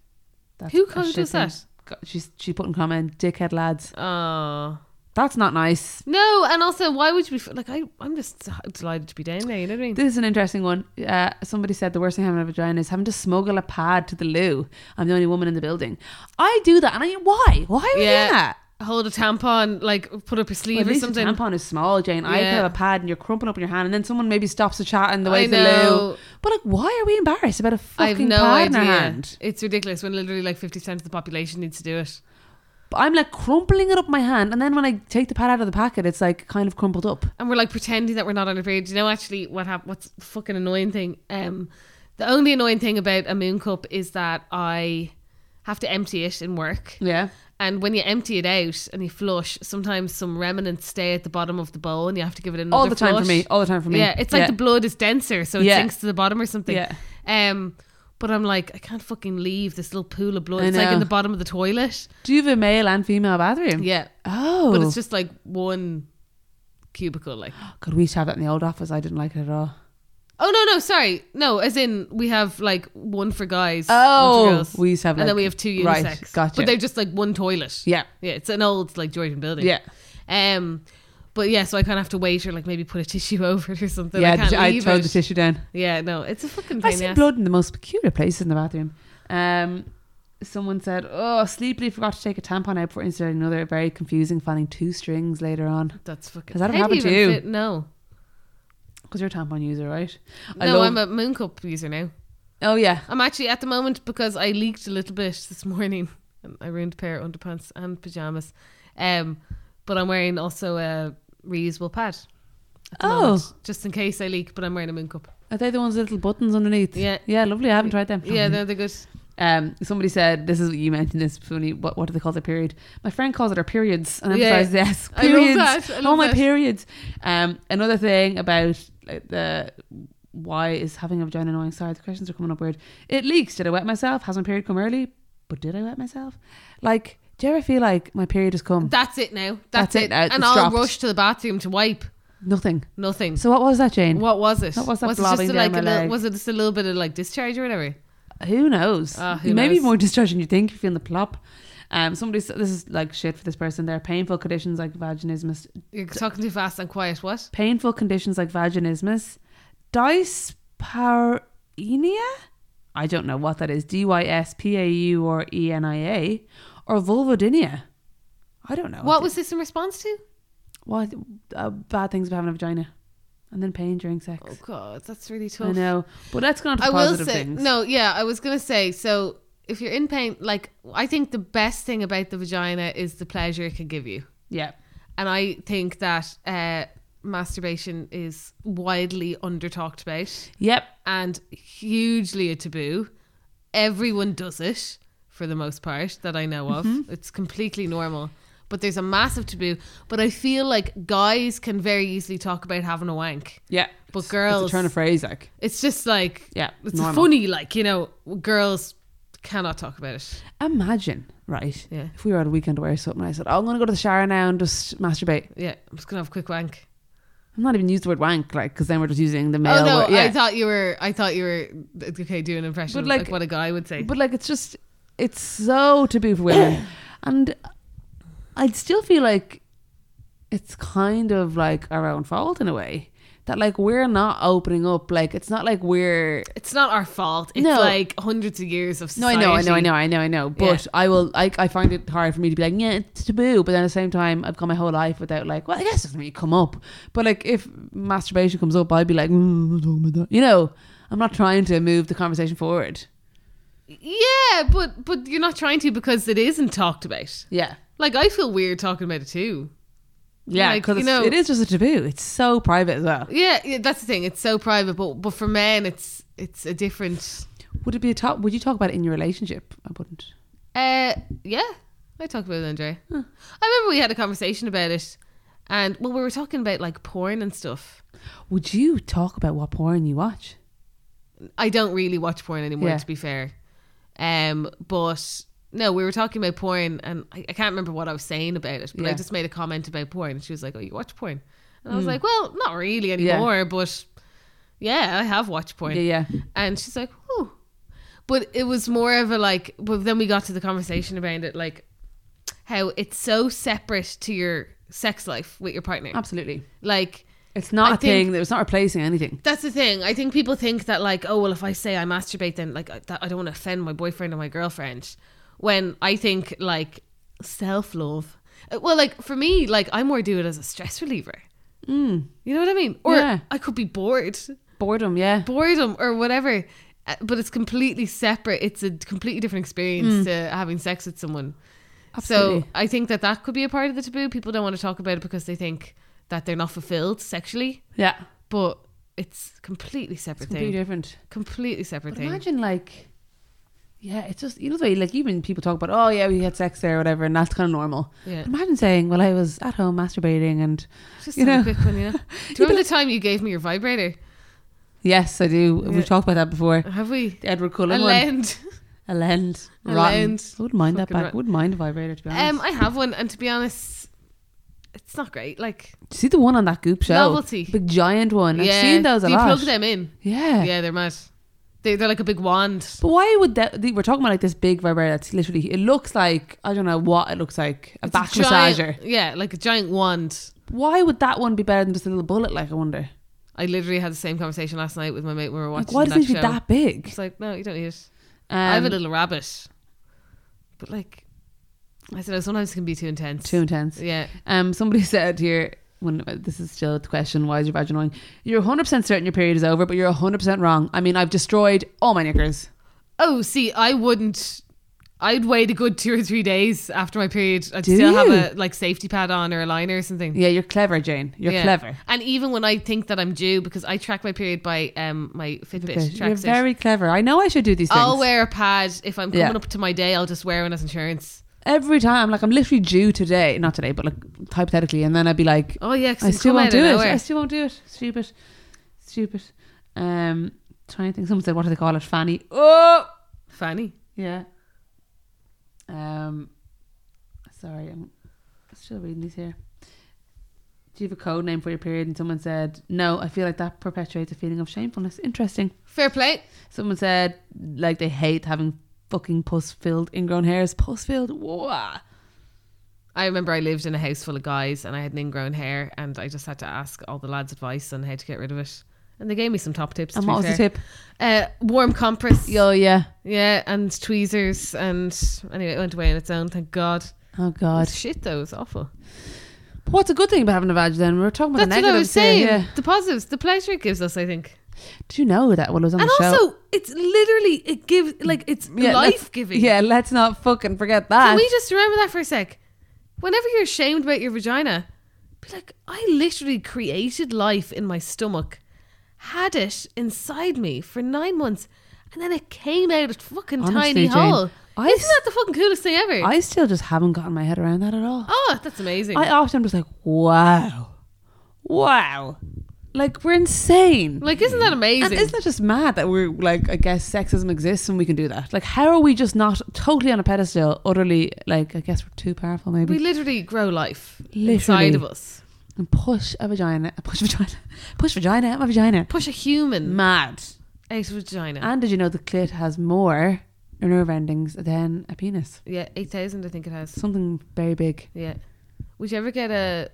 A: That's
B: Who
A: a shit
B: does
A: thing.
B: that?
A: God, She's she put in comment, dickhead lads.
B: Oh,
A: That's not nice.
B: No, and also, why would you be f- like? I, I'm just delighted to be down there. You know what I mean?
A: This is an interesting one. Uh, somebody said the worst thing having a vagina is having to smuggle a pad to the loo. I'm the only woman in the building. I do that, and I why? Why are you
B: Yeah.
A: doing that?
B: Hold a tampon, like put up your
A: Well,
B: sleeve
A: at
B: or
A: least
B: something.
A: a tampon is small, Jane. I could
B: Yeah.
A: have a pad, and you're crumping up in your hand, and then someone maybe stops to chat on the way
B: I
A: to the loo.
B: know.
A: But like, why are we embarrassed about a
B: I have
A: fucking
B: no
A: pad in
B: idea.
A: our hand?
B: It's ridiculous when literally like 50% of the population needs to do it.
A: But I'm like crumpling it up my hand, and then when I take the pad out of the packet, it's like kind of crumpled up.
B: and we're like pretending that we're not on a period. You know, actually, what hap- What's the fucking annoying thing? Um, the only annoying thing about a moon cup is that I have to empty it in work,
A: Yeah.
B: and when you empty it out and you flush, sometimes some remnants stay at the bottom of the bowl, and you have to give it another.
A: All the time for
B: flush.
A: me. All the time for me.
B: Yeah, it's like the blood is denser, so it
A: Yeah.
B: sinks to the bottom or something.
A: Yeah.
B: Um, but I'm like, I can't fucking leave this little pool of blood.
A: I
B: It's like
A: know.
B: in the bottom of the toilet.
A: Do you have a male and female bathroom?
B: Yeah,
A: Oh.
B: but it's just like one cubicle, like.
A: God, we used to have that in the old office. I didn't like it at all.
B: Oh no no sorry no as in we have like one for guys one for
A: Oh,
B: girls,
A: we used to have
B: and then
A: like-
B: we have two unisex
A: right, gotcha.
B: but they're just like one toilet
A: Yeah.
B: yeah it's an old like Georgian building
A: Yeah.
B: um but yeah so I kind of have to wait or like maybe put a tissue over it or something I
A: yeah,
B: can't
A: I,
B: leave
A: throw
B: it
A: the tissue down.
B: yeah no it's a fucking
A: I
B: pain in the
A: see
B: ass.
A: blood in the most peculiar places in the bathroom. Um, someone said, "Oh, sleepily forgot to take a tampon out before inserting another." Very confusing, finding two strings later on
B: that's fucking
A: Has that ever
B: how do
A: happened to
B: even
A: you?
B: fit- no
A: because you're a tampon user, right?
B: no I'm a moon cup user now
A: oh yeah,
B: I'm actually at the moment because I leaked a little bit this morning. and I ruined a pair of underpants and pajamas, um, but I'm wearing also a reusable pad. at the
A: Oh.
B: moment, just in case I leak, but I'm wearing a moon cup.
A: are they the ones with little buttons underneath?
B: Yeah.
A: yeah, lovely. I haven't tried them.
B: Yeah, no, they're good.
A: Um, somebody said this is what you mentioned. This funny. What what do they call their period? My friend calls it her periods. And
B: Yeah.
A: emphasizes yes,
B: I love
A: periods.
B: that. I love
A: oh my
B: that.
A: periods. Um, another thing about uh, the why is having a vagina annoying? Sorry, the questions are coming up weird. It leaks. Did I wet myself? Has my period come early? But did I wet myself? Like, do you ever feel like my period has come?
B: That's it now. That's,
A: That's it
B: it.
A: now.
B: And
A: It's
B: I'll
A: dropped.
B: rush to the bathroom to wipe.
A: Nothing.
B: Nothing.
A: So what was that, Jane?
B: What was it?
A: What was that
B: it just
A: blobbing
B: a,
A: down
B: like
A: my
B: a little,
A: leg?
B: was it just a little bit of like discharge or whatever?
A: Who knows?
B: Ah, who
A: you may be
B: knows?
A: more discharged than you think. You're feeling the plop. Um, somebody. s- This is like shit for this person. There are painful conditions like vaginismus,
B: You're talking too fast and quiet. What?
A: painful conditions like vaginismus, dyspareunia. I don't know what that is. D y s p a u or e n i a, or vulvodynia. I don't know.
B: What was this in response to?
A: what uh, bad things about having a vagina, and then pain during sex.
B: Oh God, that's really tough.
A: I know, but let's go on to
B: I will
A: positive
B: say
A: things.
B: no. Yeah, I was gonna say so. If you're in pain, like I think the best thing about the vagina is the pleasure it can give you,
A: Yeah.
B: and I think that uh, masturbation is widely under talked about
A: Yep.
B: and hugely a taboo. Everyone does it for the most part that I know of.
A: Mm-hmm.
B: It's completely normal. But there's a massive taboo. But I feel like guys can very easily talk about having a wank.
A: Yeah.
B: But
A: It's-
B: girls-
A: it's a turn of phrase, like
B: It's just like
A: yeah,
B: it's
A: normal.
B: funny, like you know, girls cannot talk about it.
A: Imagine, right?
B: Yeah.
A: If we were at a weekend away or something, I said, "Oh, I'm gonna go to the shower now and just masturbate."
B: Yeah, I'm just gonna have a quick wank.
A: I'm not even used the word wank, like, because then we're just using the male.
B: oh no,
A: word. Yeah.
B: I thought you were. I thought you were okay doing an impression,
A: But,
B: of, like,
A: like-
B: what a guy would say.
A: But like, it's just, it's so taboo for women, and I'd still feel like it's kind of like our own fault in a way that like we're not opening up. Like, it's not like we're.
B: it's not our fault. It's
A: No.
B: like hundreds of years of
A: No, I
B: society.
A: know, I know, I know, I know, I know. But I will. I, I find it hard for me to be like, yeah, it's taboo. But then at the same time, I've gone my whole life without like, well, I guess it doesn't really come up. But like, if masturbation comes up, I'd be like, mm, we're talking about that. You know, I'm not trying to move the conversation forward.
B: Yeah, but but you're not trying to because it isn't talked about.
A: Yeah.
B: Like I feel weird talking about it too.
A: Yeah,
B: Like,
A: because
B: you know-
A: it is just a taboo. It's so private as well.
B: Yeah, yeah, that's the thing. It's so private, but but for men, it's it's a different.
A: Would it be a top? Would you talk about it in your relationship? I wouldn't.
B: Uh, yeah, I talked about it, Andre. I remember we had a conversation about it, and well, we were talking about like porn and stuff.
A: Would you talk about what porn you watch?
B: I don't really watch porn anymore,
A: Yeah.
B: to be fair. Um, but no, we were talking about porn, and I, I can't remember what I was saying about it, but I
A: Yeah. Hmm.
B: just made a comment about porn, and she was like, "Oh, you watch porn?" And I was like, "Well, not really anymore, but yeah, I have watched porn."
A: Yeah, yeah.
B: And she's like, "Oh," but it was more of a like. But then we got to the conversation around it, like how it's so separate to your sex life with your partner.
A: Absolutely.
B: Like
A: It's not
B: I
A: a thing
B: think-
A: that it's not replacing anything.
B: that's the thing. I think people think that like, oh well, if I say I masturbate, then like I- that, I don't want to offend my boyfriend or my girlfriend. When I think like self love, well, like for me, like I more do it as a stress reliever.
A: Mm.
B: You know what I mean? Or
A: Yeah.
B: I could be bored,
A: Boredom, yeah.
B: boredom or whatever. Uh, But it's completely separate. It's a completely different experience to having sex with someone.
A: Mm. Absolutely.
B: So I think that that could be a part of the taboo. People don't want to talk about it because they think that they're not fulfilled sexually,
A: yeah.
B: but it's completely separate
A: It's
B: thing
A: completely different.
B: completely separate
A: But
B: thing.
A: imagine like yeah, it's just you know the way like even people talk about oh yeah we had sex there or whatever and that's kind of normal.
B: yeah,
A: Imagine saying well I was at home masturbating and
B: just
A: you
B: have
A: know.
B: a quick one, you know. Do you remember the time you gave me your vibrator?
A: yes I do
B: Yeah.
A: we've talked about that before.
B: Have we?
A: The Edward
B: A
A: Cullen one.
B: lend.
A: A lend.
B: A
A: Rotten.
B: lend.
A: I wouldn't
B: Fucking
A: mind that back.
B: rotten.
A: Wouldn't mind a vibrator to be honest.
B: Um, I have one, and to be honest, it's not great. Like
A: Do you see the one on that goop show?
B: Novelty.
A: Big giant one. I've seen those a
B: Do you
A: lot.
B: plug them in?
A: Yeah.
B: Yeah, they're mad. They, they're like a big wand.
A: But why would that? the- We're talking about like this big vibrator that's literally. It looks like I don't know what it looks like. A
B: It's
A: back
B: giant-
A: massager.
B: Yeah, like a giant wand.
A: Why would that one be better than just a little bullet? Like I wonder.
B: I literally had the same conversation last night with my mate when we were
A: Like
B: watching
A: why does it
B: that
A: need to
B: show.
A: be that big?
B: It's like no, you don't need it.
A: Um,
B: I have a little rabbit, but like I said, sometimes it can be too intense.
A: too intense.
B: Yeah.
A: Um, somebody said here when this is still the question. Why is your badge annoying? You're 100 percent certain your period is over, but you're 100 percent wrong. I mean, I've destroyed all my knickers.
B: Oh, see, I wouldn't. I'd wait a good two or three days after my period. I'd
A: Do
B: still
A: you?
B: have a like safety pad on or a liner or something.
A: Yeah, you're clever, Jane. You're
B: Yeah.
A: clever.
B: And even when I think that I'm due, because I track my period by um my Fitbit.
A: You're
B: Tracks it.
A: very clever. I know I should do these things.
B: I'll wear a pad if I'm coming
A: Yeah.
B: up to my day. I'll just wear one as insurance.
A: Every time, like I'm literally due today, not today, but like hypothetically, and then I'd be like,
B: Oh yeah, 'cause
A: I
B: I'm
A: still
B: coming out
A: won't
B: of
A: do it.
B: nowhere.
A: I still won't do it. Stupid, stupid. Um, trying to think. Someone said, what do they call it? Fanny. Oh,
B: Fanny.
A: yeah. Um, sorry, I'm still reading these here. Do you have a code name for your period? And someone said, no. I feel like that perpetuates a feeling of shamefulness. Interesting.
B: Fair play.
A: Someone said like they hate having fucking pus filled ingrown hairs. Pus filled. Wow.
B: I remember I lived in a house full of guys and I had an ingrown hair and I just had to ask all the lads advice on how to get rid of it. And they gave me some top tips.
A: And
B: to
A: what
B: be
A: was the
B: fair.
A: tip?
B: Uh, warm compress.
A: Oh yeah.
B: Yeah, and tweezers, and anyway, it went away on its own. Thank God.
A: Oh
B: It
A: god.
B: was shit though, it's awful.
A: But what's a good thing about having a vag then? We were talking about
B: That's
A: the
B: what I was
A: negatives here,
B: saying.
A: Yeah.
B: The positives, the pleasure it gives us, I think,
A: Did you know that when I was on
B: and
A: the show?
B: also it's literally it gives like it's
A: Yeah, let's-
B: life giving.
A: Yeah, let's not fucking forget that.
B: Can we just remember that for a sec? Whenever you're ashamed about your vagina, be like, I literally created life in my stomach, had it inside me for nine months, and then it came out a fucking tiny
A: Honestly, Jane,
B: hole.
A: I
B: Isn't
A: s-
B: that the fucking coolest thing ever?
A: I still just haven't gotten my head around that at all.
B: oh, that's amazing.
A: I often am just like, wow. Wow. Like we're insane.
B: Like, isn't that amazing?
A: And isn't it just mad that we're like, I guess sexism exists and we can do that? Like, how are we just not totally on a pedestal, utterly, like, I guess we're too powerful maybe?
B: we literally grow life
A: Literally.
B: inside of us.
A: and push a vagina, push vagina, push vagina out my vagina.
B: Push a human
A: Mad.
B: out of vagina.
A: And did you know the clit has more nerve endings than a penis?
B: yeah, 8,000 I think it has.
A: Something very big.
B: Yeah. Would you ever get a,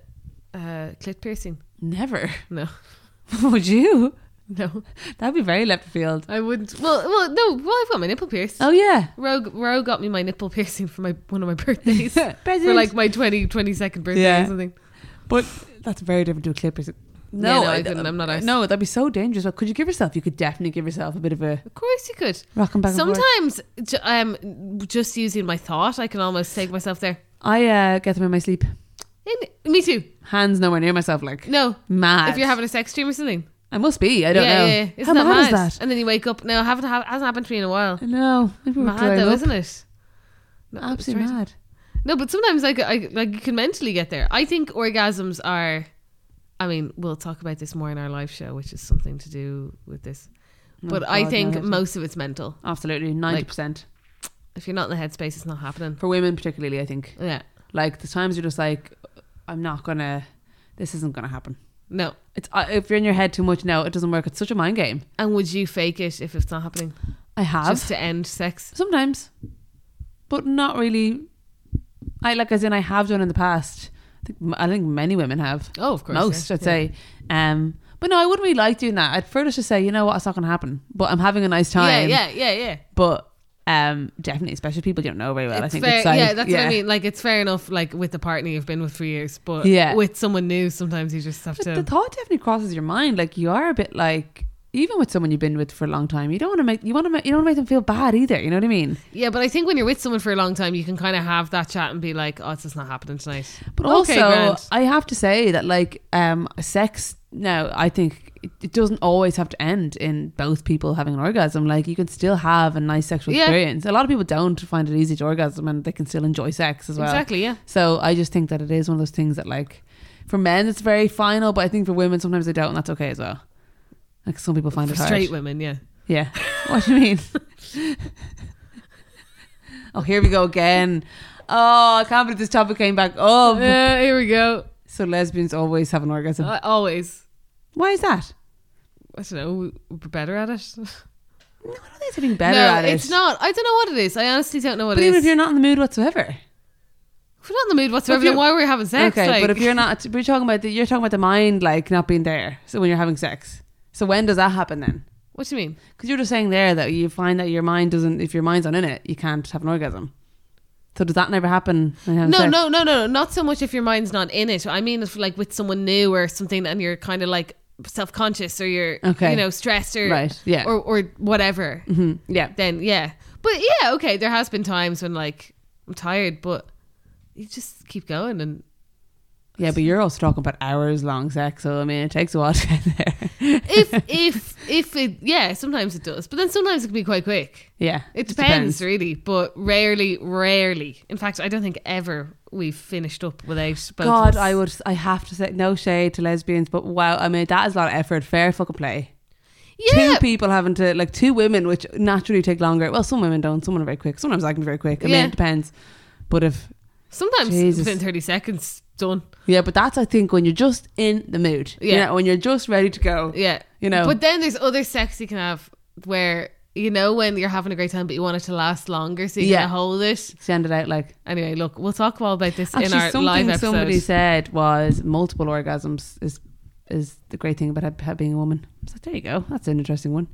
B: a clit piercing?
A: Never.
B: No.
A: Would you?
B: No.
A: That'd be very left field.
B: I wouldn't. Well, well, no. Well, I've got my nipple pierced.
A: Oh, yeah.
B: Rogue, Rogue got me my nipple piercing for my one of my birthdays. for
A: President.
B: like my 20, 22nd birthday
A: Yeah.
B: or something.
A: but that's very different to a clit piercing.
B: no, I couldn't. I'm not arsed.
A: No, that'd be so dangerous. Like, could you give yourself? You could definitely give yourself a bit of a
B: Of course you could.
A: rocking back and forth.
B: Sometimes, ju- um, just using my thought, I can almost take myself there.
A: I uh, get them in my sleep.
B: In, me too.
A: Hands nowhere near myself, like
B: No.
A: mad.
B: If you're having a sex dream or something.
A: I must be. I don't
B: yeah,
A: know.
B: yeah, yeah. Isn't
A: How
B: that
A: mad is
B: mad?
A: that?
B: And then you wake up. No, I haven't. ha- hasn't happened to me in a while.
A: I know. Maybe we're
B: Mad
A: growing
B: though,
A: up.
B: isn't it? No, it's
A: Absolutely
B: right.
A: mad.
B: No, but sometimes like I like you can mentally get there. I think orgasms are. I mean, we'll talk about this more in our live show, which is something to do with this. but I
A: Oh, God,
B: think
A: no, that's-
B: most of it's mental.
A: Absolutely, ninety percent
B: If you're not in the headspace, it's not happening.
A: for women, particularly. I think
B: Yeah.
A: like the times you're just like, I'm not gonna. This isn't gonna happen.
B: No.
A: It's uh, if you're in your head too much. No, it doesn't work. It's such a mind game.
B: And would you fake it if it's not happening?
A: I have
B: Just to end sex.
A: sometimes, but not really. I like as in I have done in the past. think, I think many women have.
B: Oh, of course.
A: Most,
B: yeah,
A: I'd
B: yeah.
A: say. Um, but no, I wouldn't really like doing that. I'd further just say, you know what, it's not going to happen. But I'm having a nice time.
B: Yeah, yeah, yeah, yeah.
A: But um, definitely, especially people you don't know very well. I
B: It's
A: think
B: fair,
A: it's like,
B: yeah, that's what I mean. Like, it's fair enough, like, with the partner you've been with for years, but
A: Yeah.
B: with someone new, sometimes you just have
A: But
B: to.
A: the thought definitely crosses your mind. Like you are a bit like, even with someone you've been with for a long time, you don't want to make you want to make you don't want to make them feel bad either. You know what I mean?
B: yeah, but I think when you're with someone for a long time, you can kind of have that chat and be like, oh, it's just not happening tonight.
A: But
B: Okay,
A: also,
B: grand.
A: I have to say that like um, sex now, I think it, it doesn't always have to end in both people having an orgasm. Like you can still have a nice sexual
B: Yeah.
A: experience. A lot of people don't find it easy to orgasm, and they can still enjoy sex as well.
B: Exactly, yeah.
A: So I just think that it is one of those things that like for men it's very final, but I think for women sometimes they don't, and that's okay as well. Like some people find
B: For
A: it hard.
B: straight women, yeah.
A: Yeah. What do you mean? oh, here we go again. Oh, I can't believe this topic came back up.
B: Yeah, here we go.
A: So lesbians always have an orgasm.
B: I always.
A: Why is that?
B: I don't know. We're better at it.
A: No, I don't think it's anything better
B: no,
A: at it.
B: it's not. I don't know what it is. I honestly don't know what
A: But
B: it
A: even
B: is.
A: if you're not in the mood whatsoever.
B: If we're not in the mood whatsoever,
A: If you're-
B: then why are we having sex?
A: okay,
B: like,
A: but if you're not, but you're talking about the, you're talking about the mind like not being there. So when you're having sex, so when does that happen then?
B: what do you mean?
A: Because you're just saying there that you find that your mind doesn't. If your mind's not in it, you can't have an orgasm. So does that never happen? When you're having
B: No,
A: sex?
B: no, no, no, not so much if your mind's not in it. I mean, if like with someone new or something, and you're kind of like self conscious or you're,
A: Okay.
B: you know, stressed or
A: Right. Yeah.
B: or or whatever.
A: Mhm, Yeah.
B: Then yeah, but yeah, okay. There has been times when like I'm tired, but you just keep going and
A: Yeah, but you're also talking about hours long sex, so I mean it takes a while to get there.
B: if if if it yeah, sometimes it does, but then sometimes it can be quite quick.
A: Yeah.
B: It depends, really, but rarely, rarely. In fact, I don't think ever we've finished up without both.
A: God,
B: of us.
A: I would I have to say no shade to lesbians, but wow, I mean that is a lot of effort. Fair fucking play.
B: yeah,
A: Two people having to like two women, which naturally take longer. Well, some women don't, some women are very quick. Sometimes I can be very quick. I mean
B: Yeah.
A: it depends. But if
B: sometimes
A: Jesus.
B: within thirty seconds done.
A: yeah, but that's I think when you're just in the mood. You
B: Yeah.
A: know, when you're just ready to go.
B: Yeah,
A: You know.
B: But then there's other sex you can have where you know when you're having a great time, but you want it to last longer, so you
A: Yeah.
B: yeah. to hold it.
A: Send it out like
B: Anyway, look, we'll talk all about this in
A: Actually,
B: our
A: something
B: live episode.
A: somebody said was multiple orgasms is is the great thing about ha- ha- being a woman. So there you go. That's an interesting one.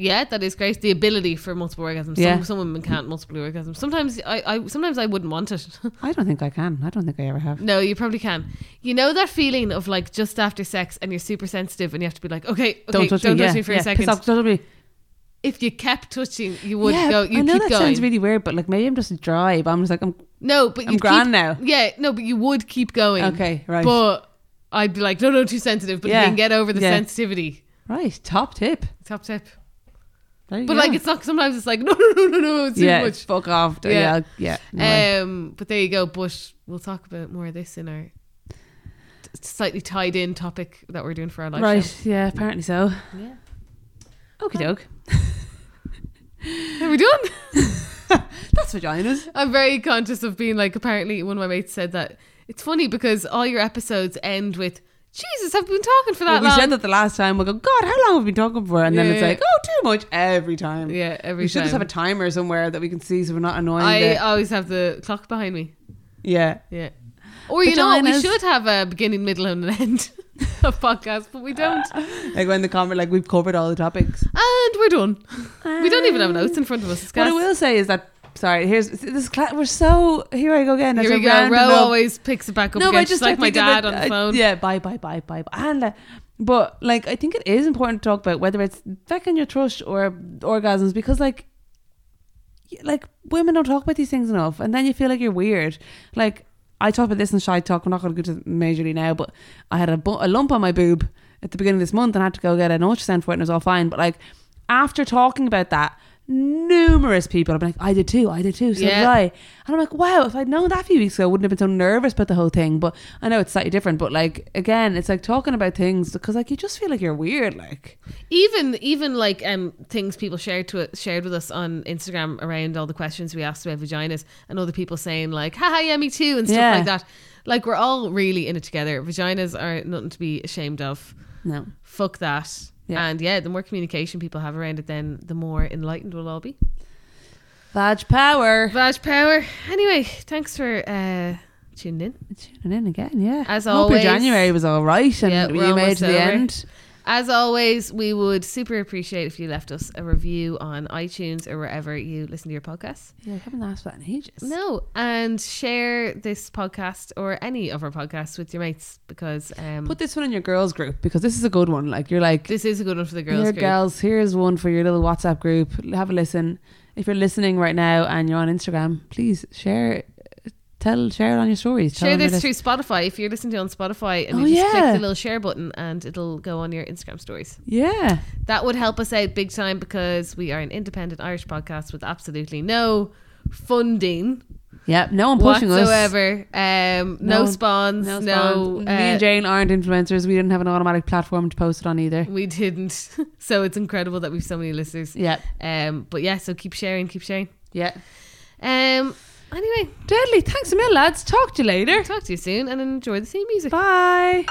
B: Yeah, that is great. The ability for multiple orgasms.
A: Yeah.
B: Some, some women can't multiple orgasms. Sometimes I, I sometimes I wouldn't want it.
A: I don't think I can. I don't think I ever have.
B: no, you probably can. You know that feeling of like just after sex and you're super sensitive and you have to be like, okay, okay
A: don't touch me. yeah,
B: for
A: yeah,
B: a
A: piss
B: second.
A: off, don't touch me.
B: If you kept touching, you would
A: yeah,
B: go. You
A: I know
B: keep
A: that
B: going.
A: sounds really weird, but like maybe I'm just dry. But I'm just like I'm.
B: no, but
A: I'm
B: you keep.
A: grand now.
B: Yeah, no, but you would keep going.
A: Okay, right,
B: But I'd be like, no, no, too sensitive. But
A: Yeah.
B: you can get over the
A: Yeah.
B: sensitivity.
A: right. Top tip.
B: Top tip.
A: There you
B: But
A: go.
B: like, it's not. Sometimes it's like, no, no, no, no, no, it's too
A: yeah,
B: much.
A: fuck off. Yeah,
B: Yeah.
A: yeah. yeah no way.
B: Um, but there you go. But we'll talk about more of this in our t- slightly tied in topic that we're doing for our live
A: right. Yeah, apparently so.
B: show. Yeah.
A: Okie doke.
B: Are we done?
A: That's vaginas.
B: I'm very conscious of being like, apparently, one of my mates said that it's funny because all your episodes end with, Jesus, I've been talking for that
A: we
B: long.
A: said that the last time. We go, God, how long have we been talking for? And
B: Yeah,
A: then it's
B: yeah.
A: like, oh, too much every time.
B: yeah, every
A: we should just
B: time.
A: have a timer somewhere that we can see so we're not annoying.
B: I uh,
A: the-
B: always have the clock behind me.
A: yeah.
B: Yeah. Or you know what? We
A: Vaginas.
B: should have a beginning, middle, and an end of podcast, but we don't.
A: Like when the comment, like we've covered all the topics. Um,
B: And we're done. We don't even have notes in front of us. It's
A: What I
B: gas.
A: will say is that, sorry, here's this class. We're so, here I go again. as
B: Here we go.
A: I rounded
B: Ro
A: up.
B: always picks it back up. No, again.
A: but I
B: I just like
A: don't
B: my
A: think of
B: dad
A: it-
B: on the
A: I-
B: phone.
A: yeah, bye, bye, bye, bye, bye. And, uh, but like, I think it is important to talk about whether it's back on your thrush or orgasms because, like, y- like women don't talk about these things enough, and then you feel like you're weird. Like I talked about this in shy talk. We're not going to go to majorly now, but I had a, bu- a lump on my boob at the beginning of this month, and I had to go get an ultrasound for it, and it was all fine. But like after talking about that. Numerous people have been like, I did too, I did too, so
B: Yeah.
A: did I. And I'm like, wow, if I'd known that a few weeks ago, I wouldn't have been so nervous about the whole thing. But I know it's slightly different. But like, again, it's like talking about things because like you just feel like you're weird. Like,
B: Even even like um things people shared to shared with us on Instagram around all the questions we asked about vaginas and other people saying like, haha, yeah, me too, and stuff
A: Yeah.
B: like that. Like we're all really in it together. Vaginas are nothing to be ashamed of.
A: no.
B: Fuck that.
A: Yeah.
B: And yeah, the more communication people have around it, then the more enlightened we'll all be.
A: Badge power.
B: Vag power. Anyway, thanks for uh, tuned in.
A: Tuning in again, yeah.
B: As
A: Hope your
B: always-
A: January was all right and
B: Yeah,
A: you
B: we're
A: made it
B: almost
A: to the
B: over.
A: end.
B: As always, we would super appreciate if you left us a review on iTunes or wherever you listen to your podcasts.
A: Yeah, I haven't asked for that in ages.
B: No, and share this podcast or any of our podcasts with your mates because um,
A: Put this one in your girls group because this is a good one. Like you're like,
B: this is a good one for the girls.
A: here,
B: group.
A: girls, here's one for your little WhatsApp group. Have a listen. If you're listening right now and you're on Instagram, please share, tell, share it on your stories. Tell
B: Share
A: them you're
B: this
A: listening.
B: through Spotify. If you're listening to it on Spotify, and
A: Oh,
B: you just
A: yeah.
B: click the little share button, and it'll go on your Instagram stories.
A: Yeah,
B: That would help us out big time because we are an independent Irish podcast with absolutely no funding
A: yeah. No one pushing us.
B: whatsoever. Um,
A: No
B: no,
A: one-
B: spawns. No,
A: No, no me
B: uh,
A: and Jane aren't influencers. We didn't have an automatic platform to post it on either.
B: we didn't. So it's incredible that we've so many listeners.
A: Yeah,
B: Um, but yeah, so keep sharing, keep sharing.
A: yeah.
B: Um, anyway,
A: Deadly. Thanks a million, lads. Talk to you later.
B: talk to you soon and enjoy the theme music.
A: Bye.